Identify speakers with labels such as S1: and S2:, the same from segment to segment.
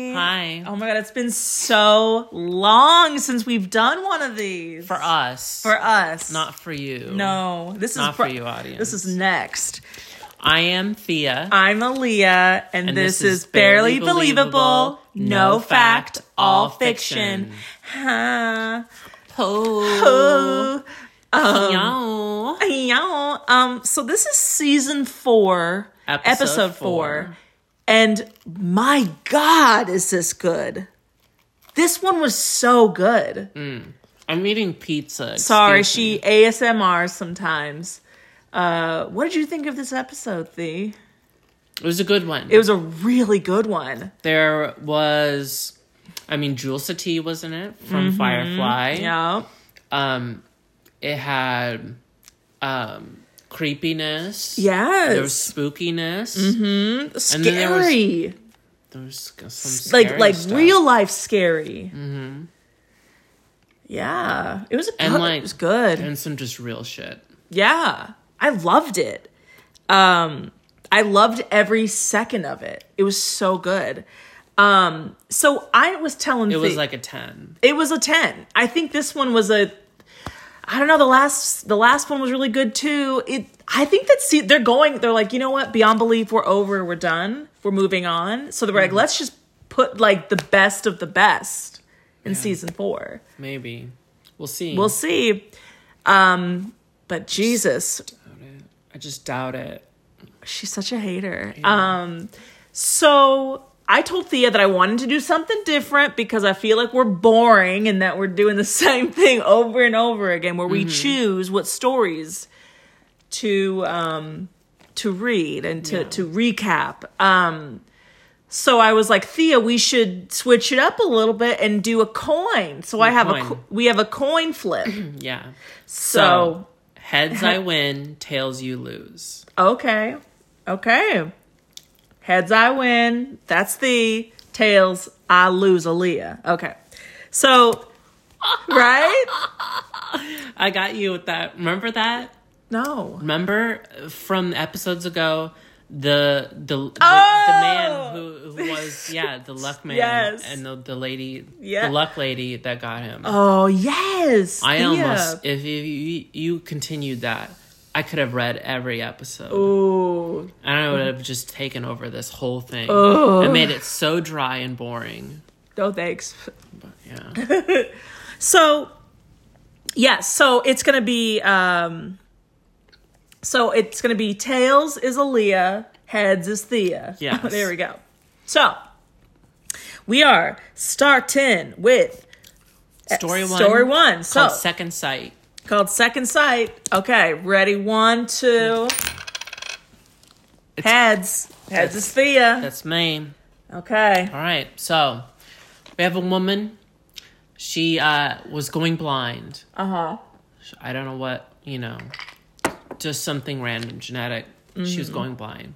S1: Oh my god, it's been so long since we've done one of these.
S2: for us,
S1: For us.
S2: not for you.
S1: No. This is
S2: Not
S1: pro-
S2: for you, audience.
S1: This is next.
S2: I am Thea.
S1: I'm Aaliyah, and,
S2: And
S1: this, is barely, believable. No fact, all fiction. Huh.
S2: Oh,
S1: Oh.
S2: yo.
S1: Yeah. Um, so this is season four,
S2: Episode
S1: four.
S2: four.
S1: And my God, is this good? This one was so good.
S2: I'm eating pizza. excuse
S1: Sorry,
S2: me.
S1: she ASMRs sometimes. Uh, what did you think of this episode, Thee?
S2: It was a good one.
S1: It was a really good one.
S2: there was, I mean, Jewel Sati was in it from Firefly.
S1: Mm-hmm. Yeah.
S2: Um, it had, um, creepiness.
S1: Yes. Mm-hmm.
S2: There was spookiness. and then there was-
S1: scary.
S2: There was some scary
S1: like like
S2: stuff.
S1: real life scary. Mm-hmm. Yeah. It was a
S2: And,
S1: good, it
S2: like-
S1: was good.
S2: and some just real shit.
S1: Yeah. I loved it. Um I loved every second of it. It was so good. Um so I was telling
S2: It was like a ten.
S1: it was a 10. I think this one was a I don't know, the last the last one was really good too. It I think that see they're going they're like, "You know what? Beyond belief, we're over, we're done. We're moving on." So they were like, "Let's just put like the best of the best in season 4."
S2: Maybe we'll see.
S1: We'll see. Um but Jesus,
S2: I just doubt it.
S1: She's such a hater. Um, so I told Thea that I wanted to do something different because I feel like we're boring and that we're doing the same thing over and over again, where we choose what stories to um, to read and to to recap. Um, so I was like, Thea, we should switch it up a little bit and do a coin. So I have a
S2: Coin.
S1: co- we have a coin flip.
S2: Yeah.
S1: so
S2: heads I win, tails you lose.
S1: Okay. Okay. Heads I win. That's the tails I lose Aaliyah. Okay. So right?
S2: I got you with that. Remember that?
S1: No.
S2: Remember from episodes ago the the the, the
S1: Oh!
S2: man who, who was yeah the luck man
S1: Yes.
S2: and the, the lady
S1: Yeah.
S2: the luck lady that got him.
S1: Oh yes.
S2: I
S1: Thea.
S2: almost if you, you you continued that I could have read every episode.
S1: Ooh.
S2: And I would have just taken over this whole thing. and made it so dry and boring.
S1: No thanks.
S2: Yeah.
S1: So yes, so it's gonna be um so it's gonna be tails is Aaliyah, heads is Thea.
S2: Yes.
S1: there we go. So we are starting with
S2: Story one.
S1: Story one. So
S2: Called Second Sight.
S1: Called Second Sight. Okay, ready? One, two.
S2: It's-
S1: Heads. Heads is Thea.
S2: That's me.
S1: Okay.
S2: All right. So we have a woman. She uh, was going blind.
S1: Uh huh.
S2: I don't know what, you know, just something random, genetic. She
S1: Mm-hmm.
S2: was going blind.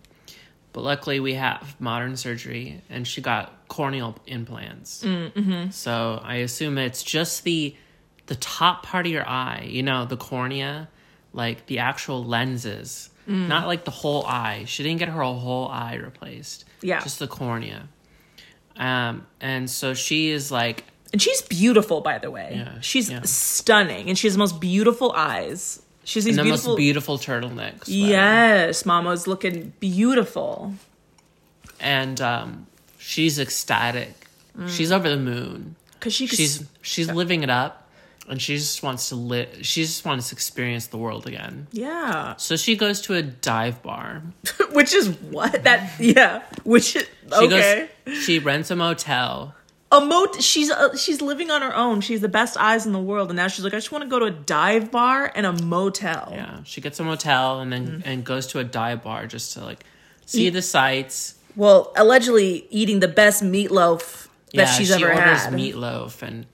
S2: But luckily, we have modern surgery and she got corneal implants. Mm-hmm. So I assume it's just the the top part of your eye, you know, the cornea, like the actual lenses,
S1: Mm.
S2: not like the whole eye. She didn't get her whole eye replaced.
S1: Yeah.
S2: Just the cornea. Um, and so she is like
S1: And she's beautiful, by the way.
S2: Yeah,
S1: she's
S2: yeah.
S1: stunning, and she has the most beautiful eyes. She's these
S2: the
S1: beautiful.
S2: most beautiful turtleneck. sweater.
S1: yes, Mama's looking beautiful.
S2: and um, she's ecstatic.
S1: Mm.
S2: She's over the moon.
S1: Cause she.
S2: She's she's living it up, and she just wants to live. She just wants to experience the world again.
S1: yeah.
S2: So she goes to a dive bar.
S1: Which is what that yeah. Which is,
S2: She
S1: okay.
S2: goes. She rents a motel.
S1: a mot she's uh, she's living on her own she's the best eyes in the world and now she's like i just want to go to a dive bar and a motel
S2: Yeah, she gets a motel and then
S1: Mm.
S2: and goes to a dive bar just to like see the sights.
S1: well allegedly eating the best meatloaf that
S2: Yeah,
S1: she's
S2: she
S1: ever
S2: orders
S1: had
S2: meatloaf and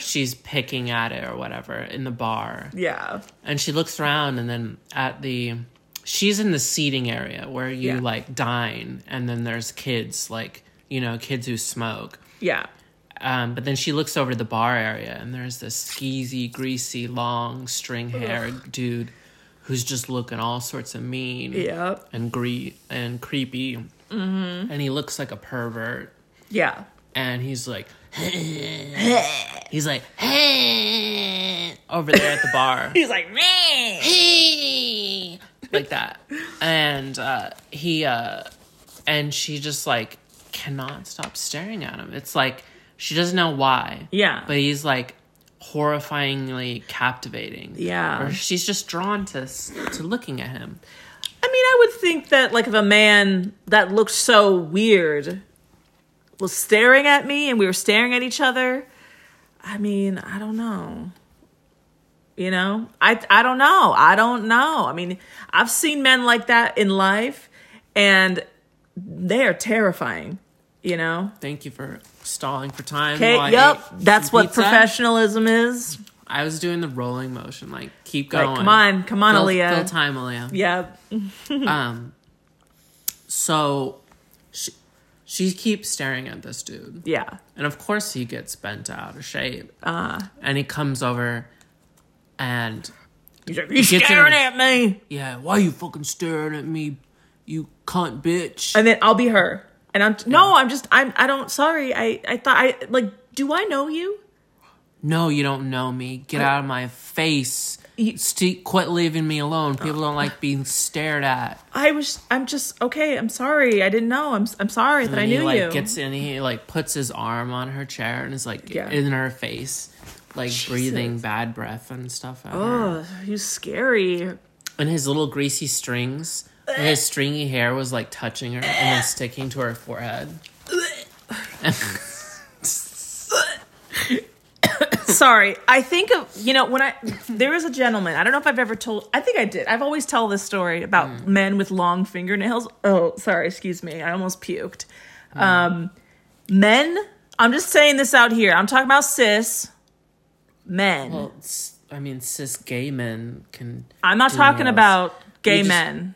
S2: she's picking at it or whatever in the bar.
S1: yeah
S2: and she looks around and then at the she's in the seating area where you
S1: Yeah.
S2: like dine and then there's kids like you know kids who smoke
S1: yeah
S2: um, but then she looks over to the bar area and there's this skeezy greasy long string haired dude who's just looking all sorts of mean
S1: yeah
S2: and gre- and creepy mm-hmm. and he looks like a pervert
S1: yeah
S2: and he's like, he's like over there at the bar,
S1: He's like, man.
S2: like that, and uh, he uh, and she just like cannot stop staring at him. It's like she doesn't know why.
S1: Yeah.
S2: but he's like horrifyingly captivating.
S1: Yeah.
S2: or she's just drawn to s- to looking at him.
S1: I mean, I would think that like if a man that looked so weird was staring at me and we were staring at each other, I mean, I don't know. You know? I I don't know. I don't know. I mean, I've seen men like that in life and they are terrifying, you know?
S2: Thank you for stalling for time.
S1: Okay,
S2: while I
S1: yep.
S2: ate
S1: That's
S2: some
S1: what
S2: pizza.
S1: professionalism is.
S2: I was doing the rolling motion, like keep
S1: Like,
S2: going.
S1: come on, come on,
S2: fill,
S1: Aaliyah.
S2: fill time, Aaliyah.
S1: Yeah.
S2: Um, so she she keeps staring at this dude,
S1: Yeah.
S2: and of course he gets bent out of shape. Uh,
S1: Ah.
S2: and he comes over, and
S1: He's like, you
S2: Get
S1: staring
S2: your-
S1: at me.
S2: yeah, why you fucking staring at me, you cunt bitch?
S1: and then I'll be her. And I'm no, I'm just I'm I don't sorry. I I thought I like do I know you?
S2: no, you don't know me. Get out of my face.
S1: You-
S2: Ste- quit leaving me alone. People don't like being stared at.
S1: I was I'm just okay, I'm sorry. I didn't know. I'm I'm sorry that I
S2: And he
S1: knew
S2: like
S1: you.
S2: gets in, he like puts his arm on her chair and is like
S1: Yeah.
S2: in her face, like breathing bad breath and stuff. At her.
S1: oh, you scary.
S2: And his little greasy strings, his stringy hair was like touching her and then sticking to her forehead.
S1: sorry. I think of you know when I there was a gentleman. I don't know if I've ever told. I think I did. I've always tell this story about
S2: Hmm.
S1: men with long fingernails. Oh, sorry. Excuse me. I almost puked.
S2: Hmm.
S1: Um, men. I'm just saying this out here. I'm talking about cis men.
S2: Well, s- I mean, cis gay men can.
S1: I'm not
S2: do
S1: talking
S2: nails.
S1: about gay
S2: just-
S1: men.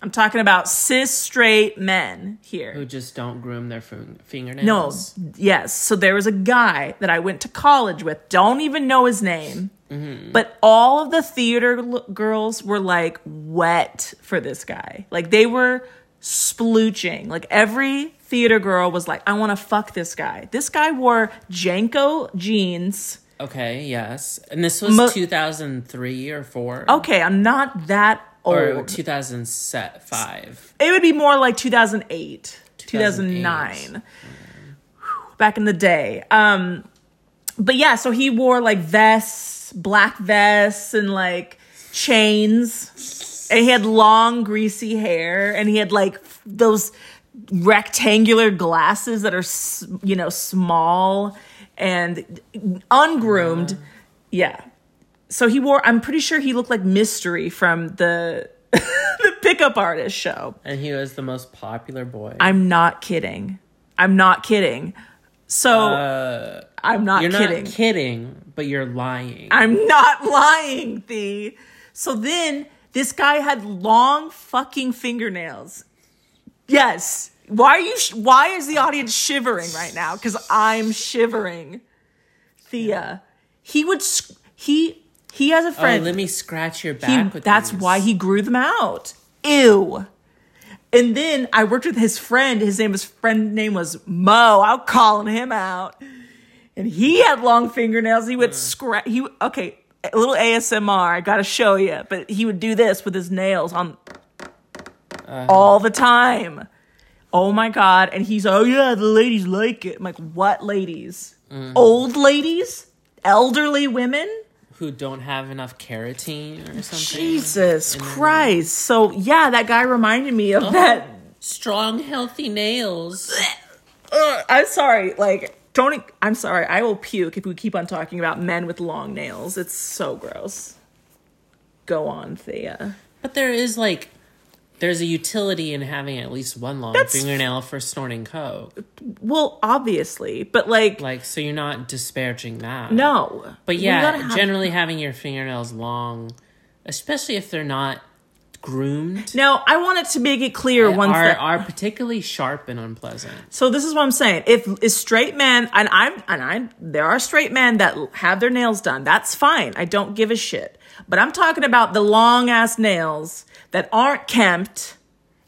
S1: I'm talking about cis straight men here.
S2: who just don't groom their fin-
S1: No,
S2: fingernails.
S1: yes. So there was a guy that I went to college with. Don't even know his name. But all of the theater l- girls were like wet for this guy. Like they were splooching. Like every theater girl was like, I want to fuck this guy. This guy wore Janko jeans.
S2: Okay, yes, and this was
S1: Mo- Oh,
S2: 2003 or four.
S1: Okay, I'm not that old.
S2: Or 2005.
S1: It would be more like 2008, 2009. Whew,
S2: 2008.
S1: Back in the day. Um but yeah, so he wore like vests, black vests and like chains. And he had long greasy hair and he had like f- those rectangular glasses that are s- you know small and ungroomed. Yeah. So he wore I'm pretty sure he looked like Mystery from the the pickup artist show.
S2: And he was the most popular boy.
S1: I'm not kidding. I'm not kidding. So I'm not
S2: Uh, You're
S1: kidding.
S2: not kidding, but you're lying.
S1: I'm not lying, Thee. So then this guy had long fucking fingernails. Yes. Why are you? Sh- why is the audience shivering right now? Because I'm shivering. Thea, he would. Sc- he he has a
S2: oh,
S1: friend.
S2: let me scratch your
S1: He-
S2: back with
S1: that's
S2: these.
S1: why he grew them out. Ew. And then I worked with his friend. His name was friend name was Mo. I was calling him out, and he had long fingernails. He
S2: Hmm.
S1: would scratch. He okay. A little ASMR. I gotta show you, but he would do this with his nails on
S2: Uh-huh.
S1: all the time. Oh my god! And he's oh yeah, the ladies like it. I'm like what ladies?
S2: Mm-hmm.
S1: Old ladies, elderly women.
S2: who don't have enough carotene or something.
S1: Jesus Christ. So yeah, that guy reminded me
S2: Oh.
S1: of that.
S2: Strong, healthy nails.
S1: Ugh, I'm sorry. Like, don't. e, I'm sorry. I will puke if we keep on talking about men with long nails. It's so gross. Go on, Thea.
S2: But there is like, there's a utility in having at least one long
S1: That's-
S2: fingernail for snorting coke.
S1: Well, obviously, but like,
S2: Like, so you're not disparaging that.
S1: no.
S2: But
S1: We
S2: yeah,
S1: gotta have-
S2: generally having your fingernails long, especially if they're not groomed,
S1: Now, I wanted to make it clear once
S2: are,
S1: that.
S2: are particularly sharp and unpleasant.
S1: So this is what I'm saying. If is straight men, and I'm and I'm there are straight men that l- have their nails done. That's fine. I don't give a shit. But I'm talking about the long ass nails that aren't kempt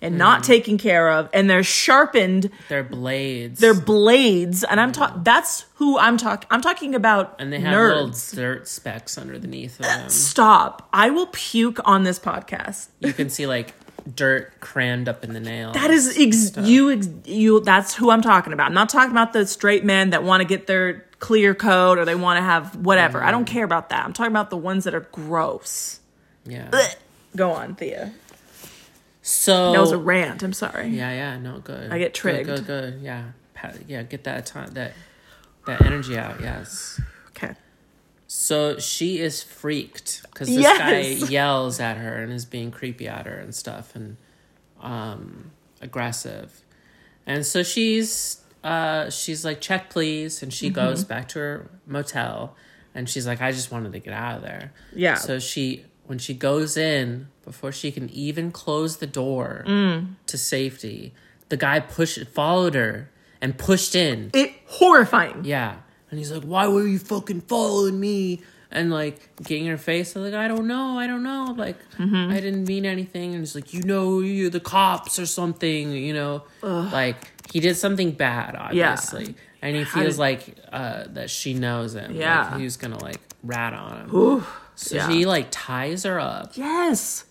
S1: and
S2: Mm-hmm.
S1: not taken care of, and they're sharpened
S2: They're blades.
S1: their blades. And I'm talking. That's who I'm talking. I'm talking about
S2: and they have
S1: nerds.
S2: little dirt specks underneath of them.
S1: Stop! I will puke on this podcast.
S2: You can see like dirt crammed up in the nail.
S1: That is ex- you. Ex- you. That's who I'm talking about. I'm not talking about the straight men that want to get their clear coat or they want to have whatever. I don't care about that. I'm talking about the ones that are gross.
S2: yeah.
S1: Go on, Thea.
S2: So
S1: That was a rant. I'm sorry.
S2: Yeah, yeah, no, good.
S1: I get
S2: Good,
S1: trigged.
S2: Good, good, yeah, Pa- yeah. Get that time, that that energy out. Yes.
S1: Okay.
S2: So she is freaked because this
S1: Yes.
S2: guy yells at her and is being creepy at her and stuff and um, aggressive, and so she's uh, she's like check please, and she
S1: Mm-hmm.
S2: goes back to her motel, and she's like I just wanted to get out of there.
S1: Yeah.
S2: So she when she goes in before she can even close the door
S1: Mm.
S2: to safety, the guy pushed followed her and pushed in.
S1: It horrifying.
S2: Yeah. And he's like, why were you fucking following me? And like getting in her face, I'm like, I don't know, I don't know. Like,
S1: Mm-hmm.
S2: I didn't mean anything. And he's like, you know, you're the cops or something, you know? Like, he did something bad, obviously. And he feels
S1: did-
S2: like uh, that she knows him. Like,
S1: Yeah.
S2: he was gonna like rat on him.
S1: Ooh.
S2: so
S1: yeah.
S2: he like ties her up,
S1: Yes.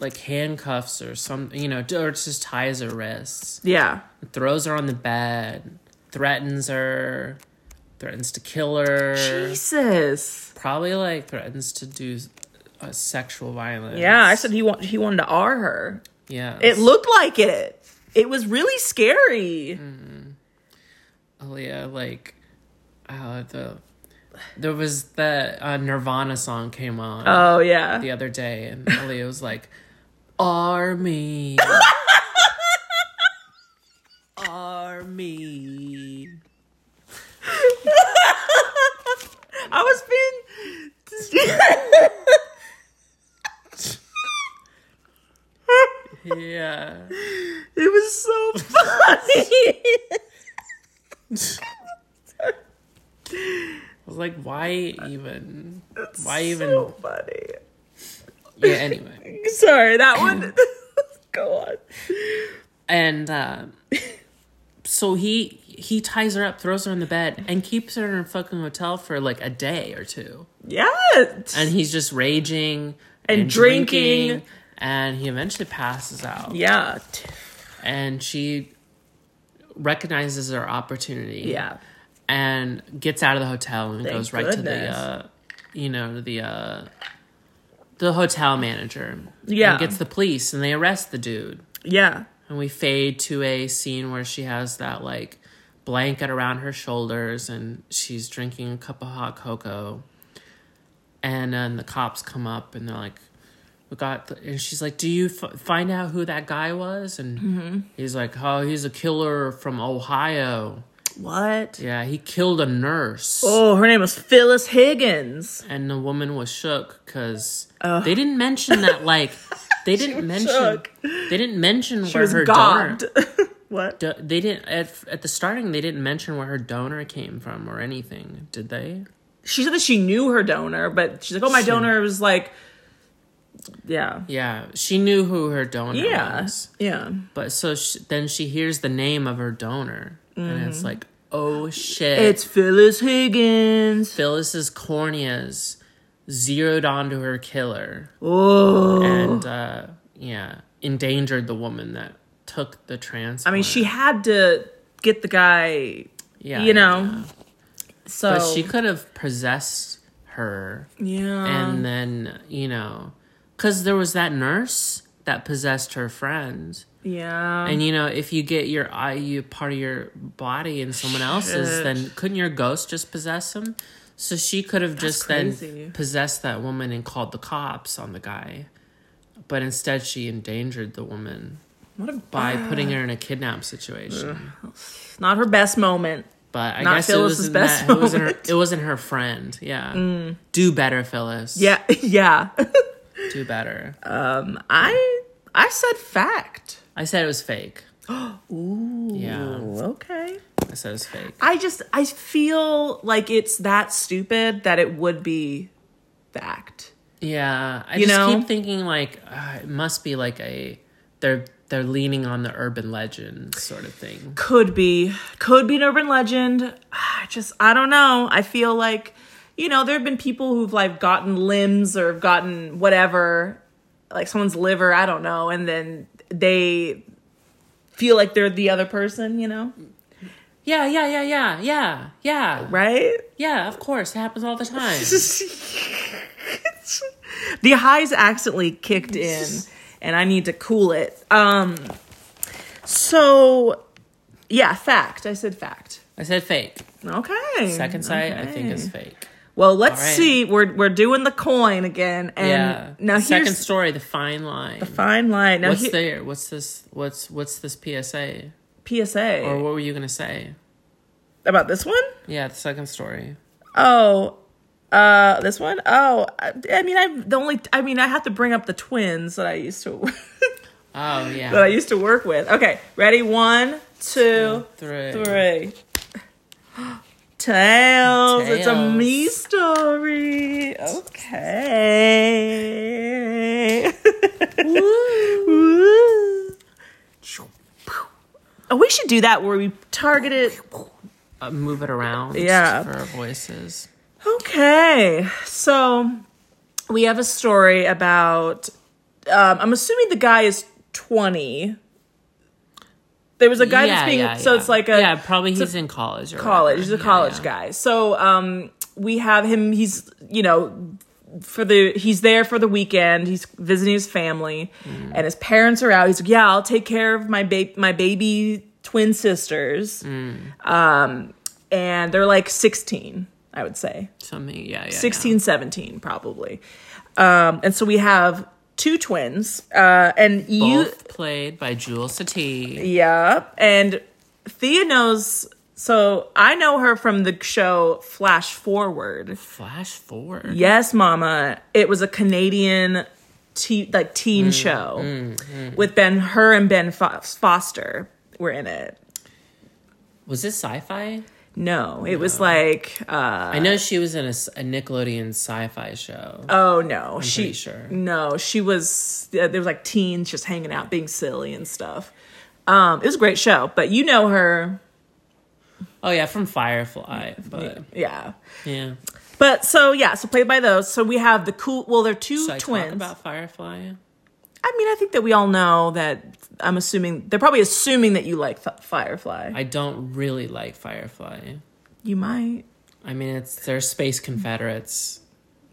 S2: like handcuffs or something, you know, or just ties her wrists
S1: Yeah.
S2: throws her on the bed, threatens her, threatens to kill her,
S1: Jesus.
S2: probably like threatens to do a sexual violence.
S1: Yeah, I said he want he wanted to R her.
S2: yeah.
S1: It looked like it. It was really scary.
S2: Aaliyah, Oh, like uh, the there was the uh, Nirvana song came on
S1: Oh yeah.
S2: the other day, and Aaliyah was like, "Army." Army.
S1: I was being
S2: Yeah.
S1: It was so funny.
S2: I was like, why even? why
S1: so
S2: even?
S1: funny.
S2: Yeah, anyway.
S1: Sorry, that one. Go on.
S2: and uh, so he he ties her up, throws her in the bed, and keeps her in her fucking hotel for like a day or two.
S1: Yes.
S2: And he's just raging
S1: And drinking.
S2: and he eventually passes out.
S1: yeah. t-
S2: And she recognizes her opportunity.
S1: Yeah.
S2: and gets out of the hotel and
S1: Thank
S2: goes right to the
S1: goodness.
S2: uh, you know to the uh, the hotel manager.
S1: Yeah.
S2: and gets the police and they arrest the dude.
S1: Yeah.
S2: And we fade to a scene where she has that like blanket around her shoulders and she's drinking a cup of hot cocoa. And then the cops come up and they're like, we got, the, and she's like, do you f- find out who that guy was? And
S1: Mm-hmm.
S2: he's like, oh, he's a killer from Ohio.
S1: What?
S2: Yeah, he killed a nurse.
S1: Oh, her name was Phyllis Higgins.
S2: And the woman was shook because they didn't mention that, like, they didn't mention,
S1: shook.
S2: they didn't mention
S1: She
S2: where
S1: was
S2: her daughter,
S1: God. what?
S2: Do- they didn't at, at the starting they didn't mention where her donor came from or anything did they
S1: She said that she knew her donor, but she's like, "Oh, my donor was like, yeah,
S2: yeah she knew who her donor
S1: yeah,
S2: was
S1: yeah."
S2: but so sh then she hears the name of her donor and it's like oh shit
S1: It's Phyllis Higgins.
S2: phyllis's corneas zeroed onto her killer
S1: Oh,
S2: and uh yeah endangered the woman that took the transplant
S1: I mean, she had to get the guy,
S2: yeah
S1: you know. So
S2: but she could have possessed her
S1: yeah,
S2: and then you know because there was that nurse that possessed her friend
S1: yeah,
S2: and you know if you get your eye you part of your body in someone else's
S1: Shit.
S2: then couldn't your ghost just possess him so she could have just
S1: crazy.
S2: then possessed that woman and called the cops on the guy but instead she endangered the woman
S1: what a
S2: by putting her in a kidnap situation
S1: not her best moment.
S2: but i
S1: Not
S2: guess
S1: Phyllis's
S2: it wasn't
S1: best
S2: that it wasn't, her,
S1: moment. Mm.
S2: it wasn't her friend yeah do better phyllis
S1: Yeah, yeah.
S2: do better
S1: I I said fact.
S2: I said it was fake. Ooh. Yeah.
S1: Ooh, Oh, okay.
S2: I said it was fake.
S1: I just I feel like it's that stupid that it would be fact.
S2: Yeah. I
S1: You
S2: just
S1: know?
S2: keep thinking like uh, it must be like a they're they're leaning on the urban legend sort of thing.
S1: could be could be an urban legend i just i don't know i feel like you know there have been people who've like gotten limbs or have gotten whatever like someone's liver i don't know and then they feel like they're the other person you know
S2: Yeah, yeah, yeah, yeah, yeah, yeah,
S1: right
S2: yeah. Of course, it happens all the time.
S1: the highs accidentally kicked in and i need to cool it um so yeah fact i said fact
S2: I said fake.
S1: okay
S2: Second sight, I think, is
S1: Mm, Okay.
S2: fake.
S1: Well, let's
S2: All right.
S1: see. We're we're doing the coin again, and
S2: yeah.
S1: now
S2: second
S1: here's
S2: story, the fine line.
S1: fine line. Now
S2: what's
S1: he-
S2: there? What's this? What's what's this PSA?
S1: PSA
S2: Or what were you gonna say?
S1: about this one.
S2: Yeah, the second story.
S1: Oh, uh, this one. Oh, I, I mean, I the only. I mean, I have to bring up the twins that I used to
S2: Oh yeah.
S1: that I used to work with. Okay, ready? One, two,
S2: Three.
S1: three. Tails. It's a
S2: Tails.
S1: me story. Okay. Woo. Oh, we should do that where we target it.
S2: Uh, move it around.
S1: Yeah.
S2: For our voices.
S1: Okay, so we have a story about. Um, I'm assuming the guy is 20. There was a guy that's being. so it's like a
S2: yeah. Probably he's in college. Or
S1: college. He's
S2: whatever.
S1: a college guy. So um, we have him. He's you know for the he's there for the weekend. He's visiting his family, and his parents are out. He's like, yeah, I'll take care of my baby, my baby twin sisters. Um, and they're like 16, I would say.
S2: Something. Yeah. yeah
S1: 16 17 probably um and so we have two twins uh and
S2: Yeah.
S1: you
S2: Both played by Jewel Sati.
S1: yeah and thea knows so i know her from the show flash forward
S2: Flash forward.
S1: yes mama it was a canadian teen like teen
S2: Mm,
S1: show with ben her and ben Fo- foster were in it
S2: Was this sci-fi?
S1: no it was like uh
S2: I know she was in a, s- a Nickelodeon sci-fi show.
S1: oh no she
S2: pretty sure.
S1: no she was uh, there was like teens just hanging out being silly and stuff um it was a great show but you know her
S2: Oh yeah, from Firefly. But
S1: yeah
S2: yeah.
S1: but so yeah so played by those so we have the cool well they're two
S2: Should I
S1: twins
S2: talk about Firefly?
S1: i mean i think that we all know that i'm assuming they're probably assuming that you like F- firefly
S2: I don't really like Firefly.
S1: you might
S2: I mean, it's they're space Confederates.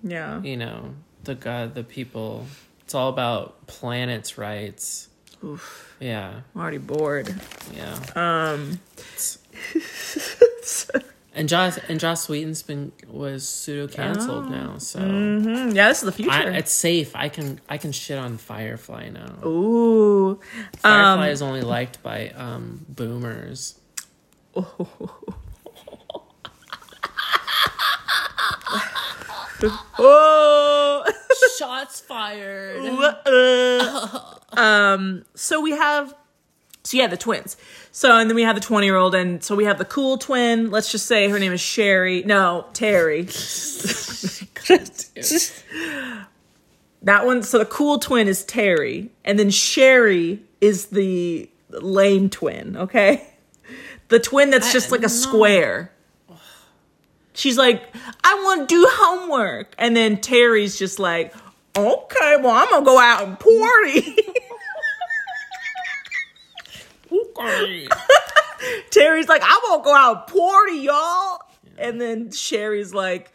S1: yeah
S2: You know, the god, the people. It's all about planets' rights.
S1: Oof,
S2: Yeah,
S1: i'm already bored
S2: yeah. Um. and Joss and Joss Wheaton's been was pseudo canceled now, so
S1: Mhm, yeah this is the future
S2: I, it's safe. I can I can shit on Firefly now.
S1: ooh
S2: Firefly is only liked by um boomers.
S1: oh
S2: Shots fired.
S1: Uh, um so we have so yeah the twins so and then we have the 20 year old and so we have the cool twin let's just say her name is sherry no terry that one so the cool twin is terry and then sherry is the lame twin okay the twin that's just like a
S2: no.
S1: square she's like i want to do homework and then terry's just like okay well i'm gonna go out and party
S2: Okay.
S1: Terry's like, I won't go out and party, y'all. And then Sherry's like,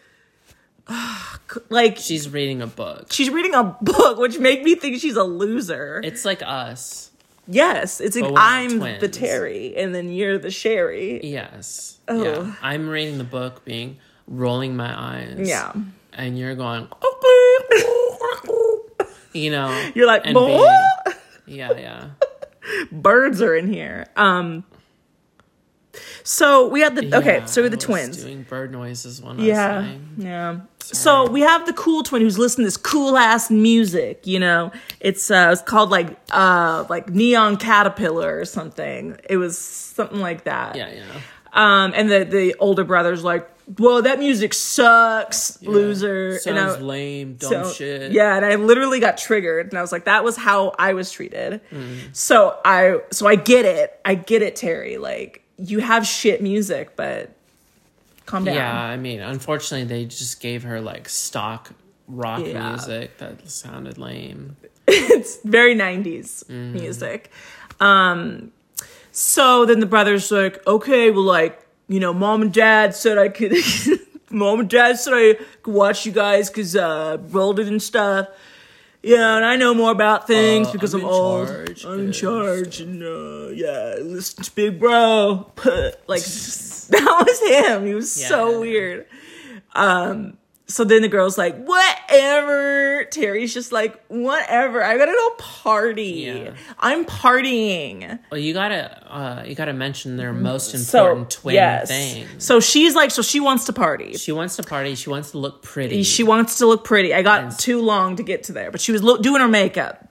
S1: "Ah, c- like
S2: She's reading a book.
S1: she's reading a book, which made me think she's a loser.
S2: It's like us.
S1: yes, it's like
S2: we're not
S1: I'm the
S2: Oh, twins.
S1: Terry, and then you're the Sherry.
S2: Yes.
S1: Oh.
S2: Yeah. I'm reading the book, being rolling my eyes.
S1: Yeah.
S2: And you're going,
S1: Okay.
S2: you know.
S1: you're like,
S2: and
S1: "Boy,
S2: being- yeah, yeah.
S1: birds are in here. Um. So we had the okay.
S2: Yeah,
S1: So we had the
S2: I was
S1: twins.
S2: doing bird noises one
S1: Yeah.
S2: last time.
S1: Yeah. So we have the cool twin who's listening to this cool ass music, you know. It's uh it's called like uh like Neon Caterpillar or something. It was something like that.
S2: Yeah, yeah.
S1: Um and the the older brother's like whoa, that music sucks, loser.
S2: Sounds
S1: And I-
S2: lame, dumb
S1: so-
S2: shit.
S1: Yeah, and I literally got triggered, and I was like, that was how I was treated.
S2: Mm.
S1: So I, so I get it. I get it, Terry. Like you have shit music, but calm down.
S2: Yeah, I mean, unfortunately, they just gave her like stock rock
S1: Yeah.
S2: music that sounded lame.
S1: it's very 90s
S2: Mm-hmm.
S1: music um so then the brother's like okay well like you know mom and dad said i could mom and dad said i could watch you guys because uh rolled it and stuff yeah and i know more about things
S2: Uh,
S1: because
S2: I'm
S1: i'm,
S2: in
S1: old
S2: charge
S1: i'm in
S2: and
S1: charge and uh yeah listen to big bro like that was him he was
S2: Yeah.
S1: so weird Um, so then the girl's like, whatever. Terry's just like, whatever. I gotta go party.
S2: Yeah.
S1: I'm partying.
S2: Well, you gotta uh, you gotta mention their most
S1: Mm-hmm. So
S2: important twin
S1: yes.
S2: thing.
S1: So she's like, so she wants to party.
S2: She wants to party. She wants to look pretty.
S1: She wants to look pretty. I got too long to get to there, but she was lo- doing her makeup.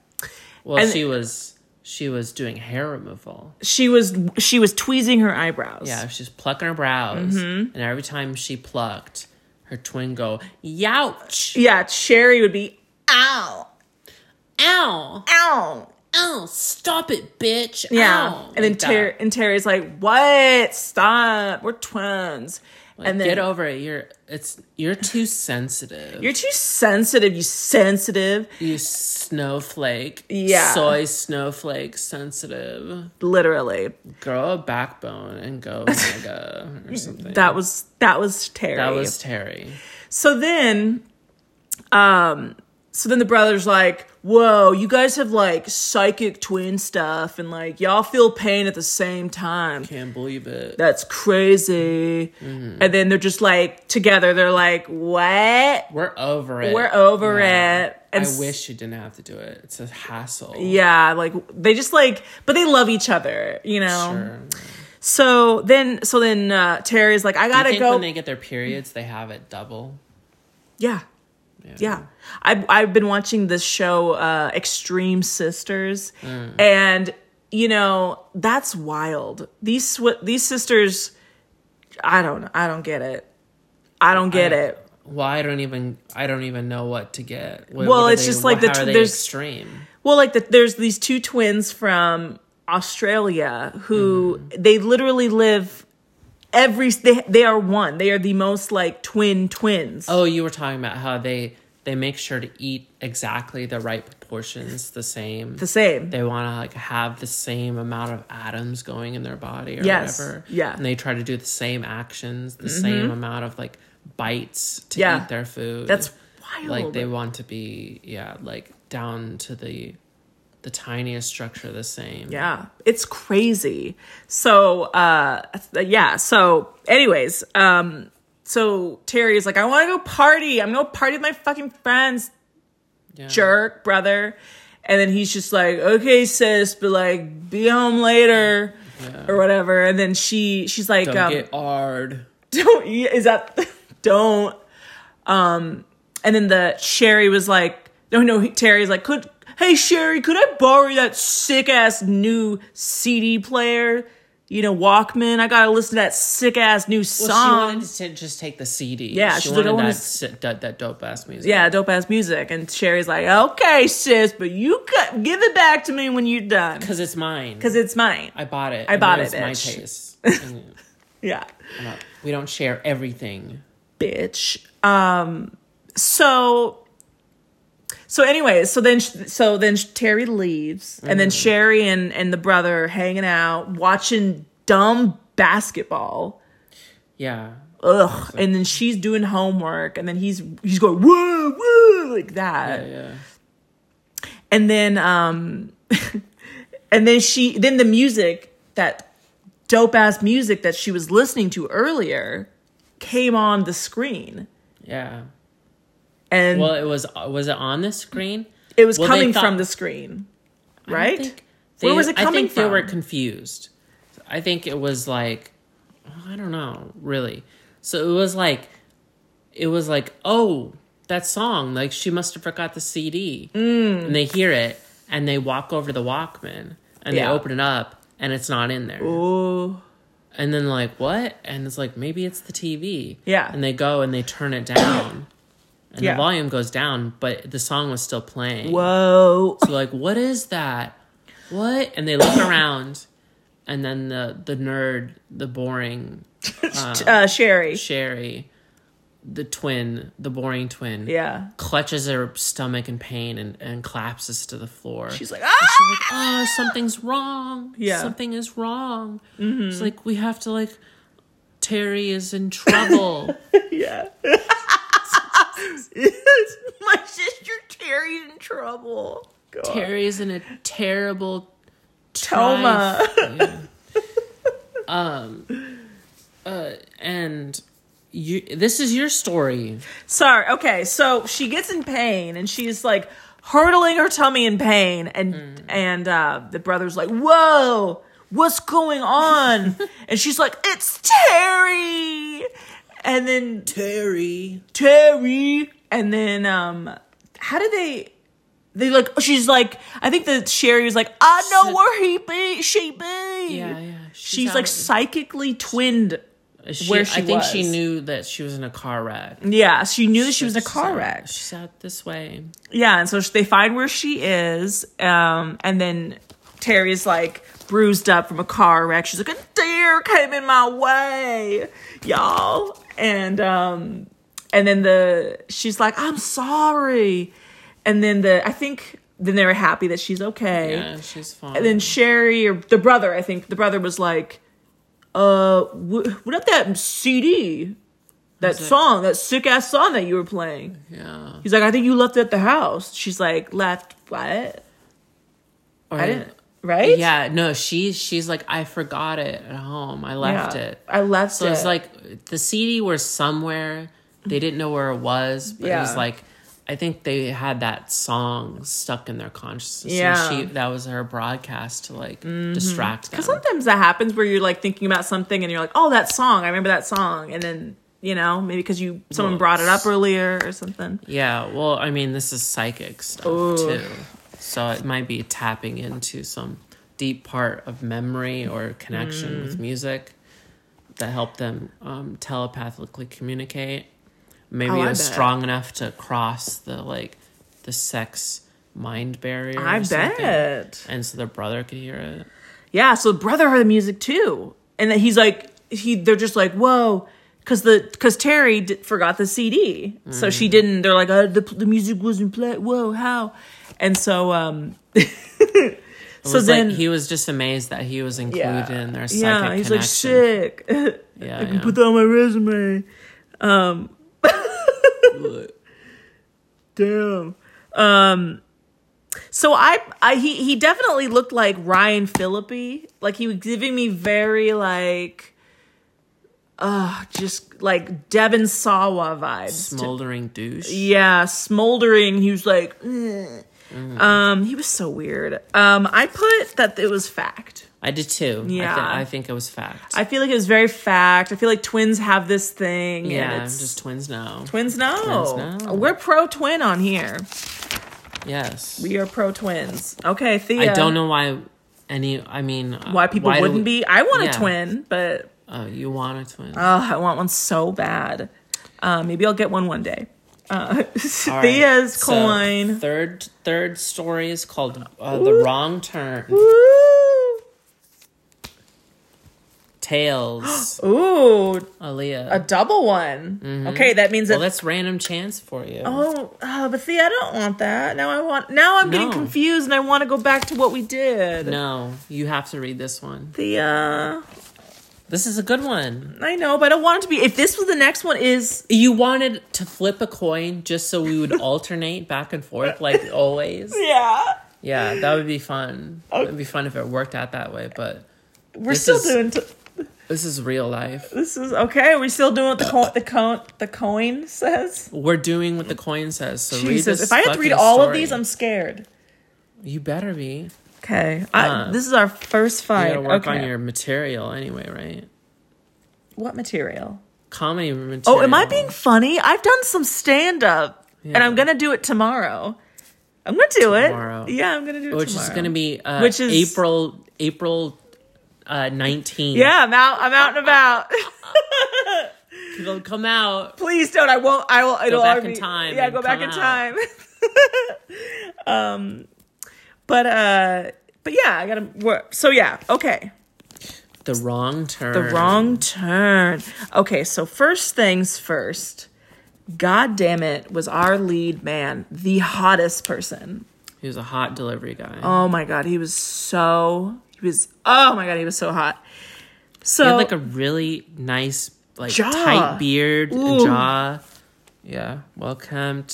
S2: well,
S1: and-
S2: she was she was doing hair removal.
S1: She was she was tweezing her eyebrows.
S2: Yeah, she's plucking her brows,
S1: Mm-hmm.
S2: and every time she plucked, her twin go youch,
S1: Yeah. Sherry would be, ow,
S2: ow,
S1: ow.
S2: ow, stop it, bitch.
S1: Yeah.
S2: ow,"
S1: and then
S2: like that.
S1: Terry and Terry's like, what? Stop. We're twins. and then
S2: get over it. You're it's you're too sensitive.
S1: you're too sensitive, you sensitive.
S2: you snowflake.
S1: Yeah.
S2: Soy snowflake sensitive.
S1: literally
S2: Grow a backbone and go mega or something.
S1: that was that was terry
S2: That was Terry.
S1: so then um so then the brother's like whoa you guys have like psychic twin stuff and like y'all feel pain at the same time
S2: Can't believe it.
S1: that's crazy
S2: Mm-hmm.
S1: and then they're just like together they're like what
S2: We're over it.
S1: we're over
S2: Yeah.
S1: it and
S2: I
S1: s-
S2: wish you didn't have to do it. It's a hassle.
S1: yeah like they just like but they love each other you know
S2: Sure.
S1: so then so then uh terry's like i
S2: I
S1: gotta
S2: think
S1: go
S2: when they get their periods, they have it double.
S1: Yeah. Yeah. I've, I've been watching this show, uh, Extreme Sisters,
S2: Mm.
S1: and, you know, that's wild. These, sw- these sisters, I don't, I don't get it. I don't get
S2: I-
S1: it.
S2: Well, I don't even I don't even know what to get.
S1: Well,
S2: What, what are
S1: it's
S2: they-
S1: just like the
S2: how
S1: tw-
S2: are they
S1: there's-
S2: extreme.
S1: Well, like the, there's these two twins from Australia who
S2: Mm-hmm.
S1: they literally live every, they, they are one. They are the most like twin twins.
S2: Oh, you were talking about how they they make sure to eat exactly the right proportions, the same.
S1: The same.
S2: They want to like have the same amount of atoms going in their body or
S1: Yes,
S2: whatever.
S1: yeah. Mm-hmm.
S2: and they try to do the same actions, the same amount of like bites to
S1: Yeah.
S2: eat their food.
S1: That's wild.
S2: like they want to be yeah, like down to the the tiniest structure the same.
S1: Yeah, it's crazy. So, uh, yeah. So, anyways, um, so Terry's like, I want to go party. I'm gonna go party with my fucking friends,
S2: Yeah.
S1: jerk brother. And then he's just like, okay, sis, but like, be home later or whatever. And then she, she's like,
S2: Don't
S1: um,
S2: get hard.
S1: don't yeah, is that don't um and then the sherry was like no no terry's like could hey sherry could i borrow that sick ass new cd player you know walkman i gotta listen to that sick ass new
S2: Well,
S1: song
S2: she wanted to just take the CD.
S1: Yeah,
S2: she
S1: she's like, I
S2: wanted
S1: wanna
S2: that,
S1: s-
S2: si- that that dope ass music.
S1: yeah dope ass music and sherry's like okay sis but you could give it back to me when you're done
S2: Because it's mine.
S1: because it's mine
S2: I bought it.
S1: I bought
S2: was
S1: it,
S2: my
S1: bitch.
S2: taste. And
S1: yeah
S2: I'm not- we don't share everything.
S1: bitch. Um, so, so anyways, so then, so then Terry leaves, and then Sherry and and the brother are hanging out, watching dumb basketball.
S2: Yeah.
S1: Ugh. And then she's doing homework, and then he's he's going woo woo like that,
S2: Yeah, yeah.
S1: and then um, and then she then the music that dope ass music that she was listening to earlier came on the screen,
S2: Yeah.
S1: and
S2: Well, it was was it on the screen?
S1: It was
S2: Well, they
S1: coming
S2: thought-
S1: from the screen,
S2: I don't
S1: right?
S2: think
S1: Where was it
S2: I
S1: coming
S2: think they were
S1: from?
S2: confused. I think it was like I don't know, really. So it was like it was like, oh, that song, like she must have forgot the CD. Mm. And they hear it and they walk over to the Walkman and
S1: Yeah.
S2: they open it up and it's not in there.
S1: Ooh.
S2: And then like, what? And it's like, maybe it's the TV.
S1: Yeah.
S2: And they go and they turn it down. and
S1: Yeah.
S2: the volume goes down, but the song was still playing.
S1: Whoa.
S2: So like, what is that? What? And they look around and then the the nerd, the boring Uh-huh.
S1: uh, Sherry.
S2: Sherry, the twin, the boring twin,
S1: yeah.
S2: clutches her stomach in pain and, and collapses to the floor.
S1: She's like, ah!
S2: like, oh, something's wrong.
S1: Yeah. Mm-hmm.
S2: Something is wrong. It's like, we have to, like, Terry is in trouble.
S1: Yeah.
S2: "Ah,
S1: My sister Terry's in trouble. God.
S2: Terry is in a terrible
S1: Toma.
S2: life. Yeah. Um, uh, and you, this is your story.
S1: Sorry. Okay. So she gets in pain and she's like hurtling her tummy in pain. And,
S2: Mm.
S1: and, uh, the brother's like, whoa, what's going on? and she's like, it's Terry. And then
S2: Terry.
S1: Terry. And then, um, how did they? They like she's like I think the Sherry was like I know
S2: Sid-
S1: where he be she be
S2: Yeah, yeah.
S1: she's,
S2: out-
S1: like psychically twinned
S2: she,
S1: where she
S2: I think she
S1: was.
S2: knew that she was in a car wreck.
S1: yeah she knew that she was in a
S2: She's
S1: car
S2: out-
S1: wreck
S2: She's out this way.
S1: yeah and so sh- they find where she is um and then Terry's like bruised up from a car wreck she's like a deer came in my way y'all and um and then the she's like I'm sorry and then the I think then they were happy that she's okay
S2: Yeah, she's fine.
S1: And then Sherry or the brother, I think the brother was like, "Uh, wh- what up that CD, that
S2: it-
S1: song, that sick ass song that you were playing?"
S2: yeah.
S1: He's like, "I think you left it at the house." She's like, "Left what?
S2: Or-
S1: I didn't, right?
S2: Yeah, no, she she's like, I forgot it at home. I left
S1: Yeah.
S2: it.
S1: I left
S2: So
S1: it."
S2: it's like the CD was somewhere. They didn't know where it was, but it
S1: Yeah.
S2: was like I think they had that song stuck in their consciousness.
S1: Yeah. Mm-hmm.
S2: And she that was her broadcast to like distract them.
S1: sometimes that happens where you're like thinking about something and you're like, "Oh, that song! I remember that song," and then you know maybe because you someone
S2: Well,
S1: brought it up earlier or something.
S2: yeah, well, I mean, this is psychic stuff too. So it might be tapping into some deep part of memory or connection
S1: Mm.
S2: with music that helped them um, telepathically communicate. Maybe
S1: Oh,
S2: it
S1: I
S2: was
S1: bet.
S2: strong enough to cross the like the sex mind barrier. or
S1: I
S2: something.
S1: bet.
S2: And so their brother could hear it.
S1: Yeah, so brother heard the music too, and then he's like, he they're just like, whoa, because the because Terry d- forgot the CD, so
S2: Mm.
S1: she didn't. They're like, uh, the the music wasn't played. Whoa, how? And so um,
S2: It
S1: so
S2: was
S1: then
S2: like he was just amazed that he was included
S1: yeah,
S2: in their psychic
S1: yeah, he's
S2: connection.
S1: like sick.
S2: Yeah,
S1: I can
S2: yeah.
S1: put that on my resume. Um, Damn. Um. So I, I he he definitely looked like Ryan Phillippe. Like he was giving me very like, uh, just like Devin Sawa vibes. to-
S2: smoldering douche.
S1: yeah, smoldering. He was like, "Ugh."
S2: Mm.
S1: um, he was so weird. Um, I put that it was fact.
S2: I did too. I,
S1: Yeah.
S2: thi- I think it was fact.
S1: I feel like it was very fact. I feel like twins have this thing. and
S2: yeah,
S1: it's-
S2: just twins now.
S1: Twins no.
S2: Twins, no.
S1: We're pro twin on here.
S2: yes.
S1: We are pro twins. Okay, Thea.
S2: I don't know why any. I mean, uh,
S1: why people
S2: do
S1: wouldn't
S2: we-
S1: be. I want
S2: Yeah.
S1: a twin, but
S2: Oh, you want a twin?
S1: oh, I want one so bad. Uh, maybe I'll get one one day. Uh,
S2: All right,
S1: Thea's
S2: so
S1: coin.
S2: Third, third story is called uh, "The
S1: Ooh.
S2: Wrong Turn."
S1: Woo!
S2: Tales,
S1: Ooh,
S2: Aaliyah.
S1: a double one. Okay, that means
S2: Mm-hmm. well,
S1: that.
S2: that's random chance for you.
S1: Oh, oh, but Thea, I don't want that. Now I want. Now I'm getting
S2: No.
S1: confused, and I want to go back to what we did.
S2: No, you have to read this one.
S1: Thea,
S2: This is a good one.
S1: I know, but I don't want it to be. If this was the next one, is
S2: You wanted to flip a coin just so we would alternate back and forth like always.
S1: yeah.
S2: Yeah, that would be fun. It would be fun if it worked out that way, but
S1: We're
S2: This
S1: still
S2: is-
S1: doing. T-
S2: this is real life.
S1: this is okay. We're still doing what the co- the co- the coin says.
S2: We're doing what the coin says. So read
S1: Jesus,
S2: this
S1: if I have to read
S2: fucking
S1: all of
S2: story.
S1: these, I'm scared.
S2: you better be. You
S1: Okay, I,
S2: Uh,
S1: this is our first fight.
S2: gotta work
S1: okay,
S2: on your material anyway, right?
S1: what material?
S2: Comedy material.
S1: Oh, am I being funny? I've done some stand up, and
S2: Yeah.
S1: I'm gonna do it tomorrow. I'm gonna do it.
S2: Tomorrow.
S1: Yeah, I'm gonna do it
S2: Which
S1: tomorrow.
S2: is gonna be uh,
S1: Which is-
S2: April April uh, 19.
S1: Yeah, I'm out. I'm out and about.
S2: It'll come out.
S1: Please don't. I won't. I will. It'll
S2: back
S1: already-
S2: in time
S1: Yeah,
S2: and
S1: go back
S2: come
S1: in
S2: out.
S1: time. um, but uh, but yeah, I gotta work. So yeah, okay.
S2: The wrong turn.
S1: The wrong turn. Okay, so first things first. God damn it, was our lead man the hottest person?
S2: He was a hot delivery guy.
S1: Oh my god, he was so he was oh my god, he was so hot. So
S2: he had like a really nice, like
S1: Jaw.
S2: tight beard and
S1: Ooh.
S2: jaw. Yeah, well kempt.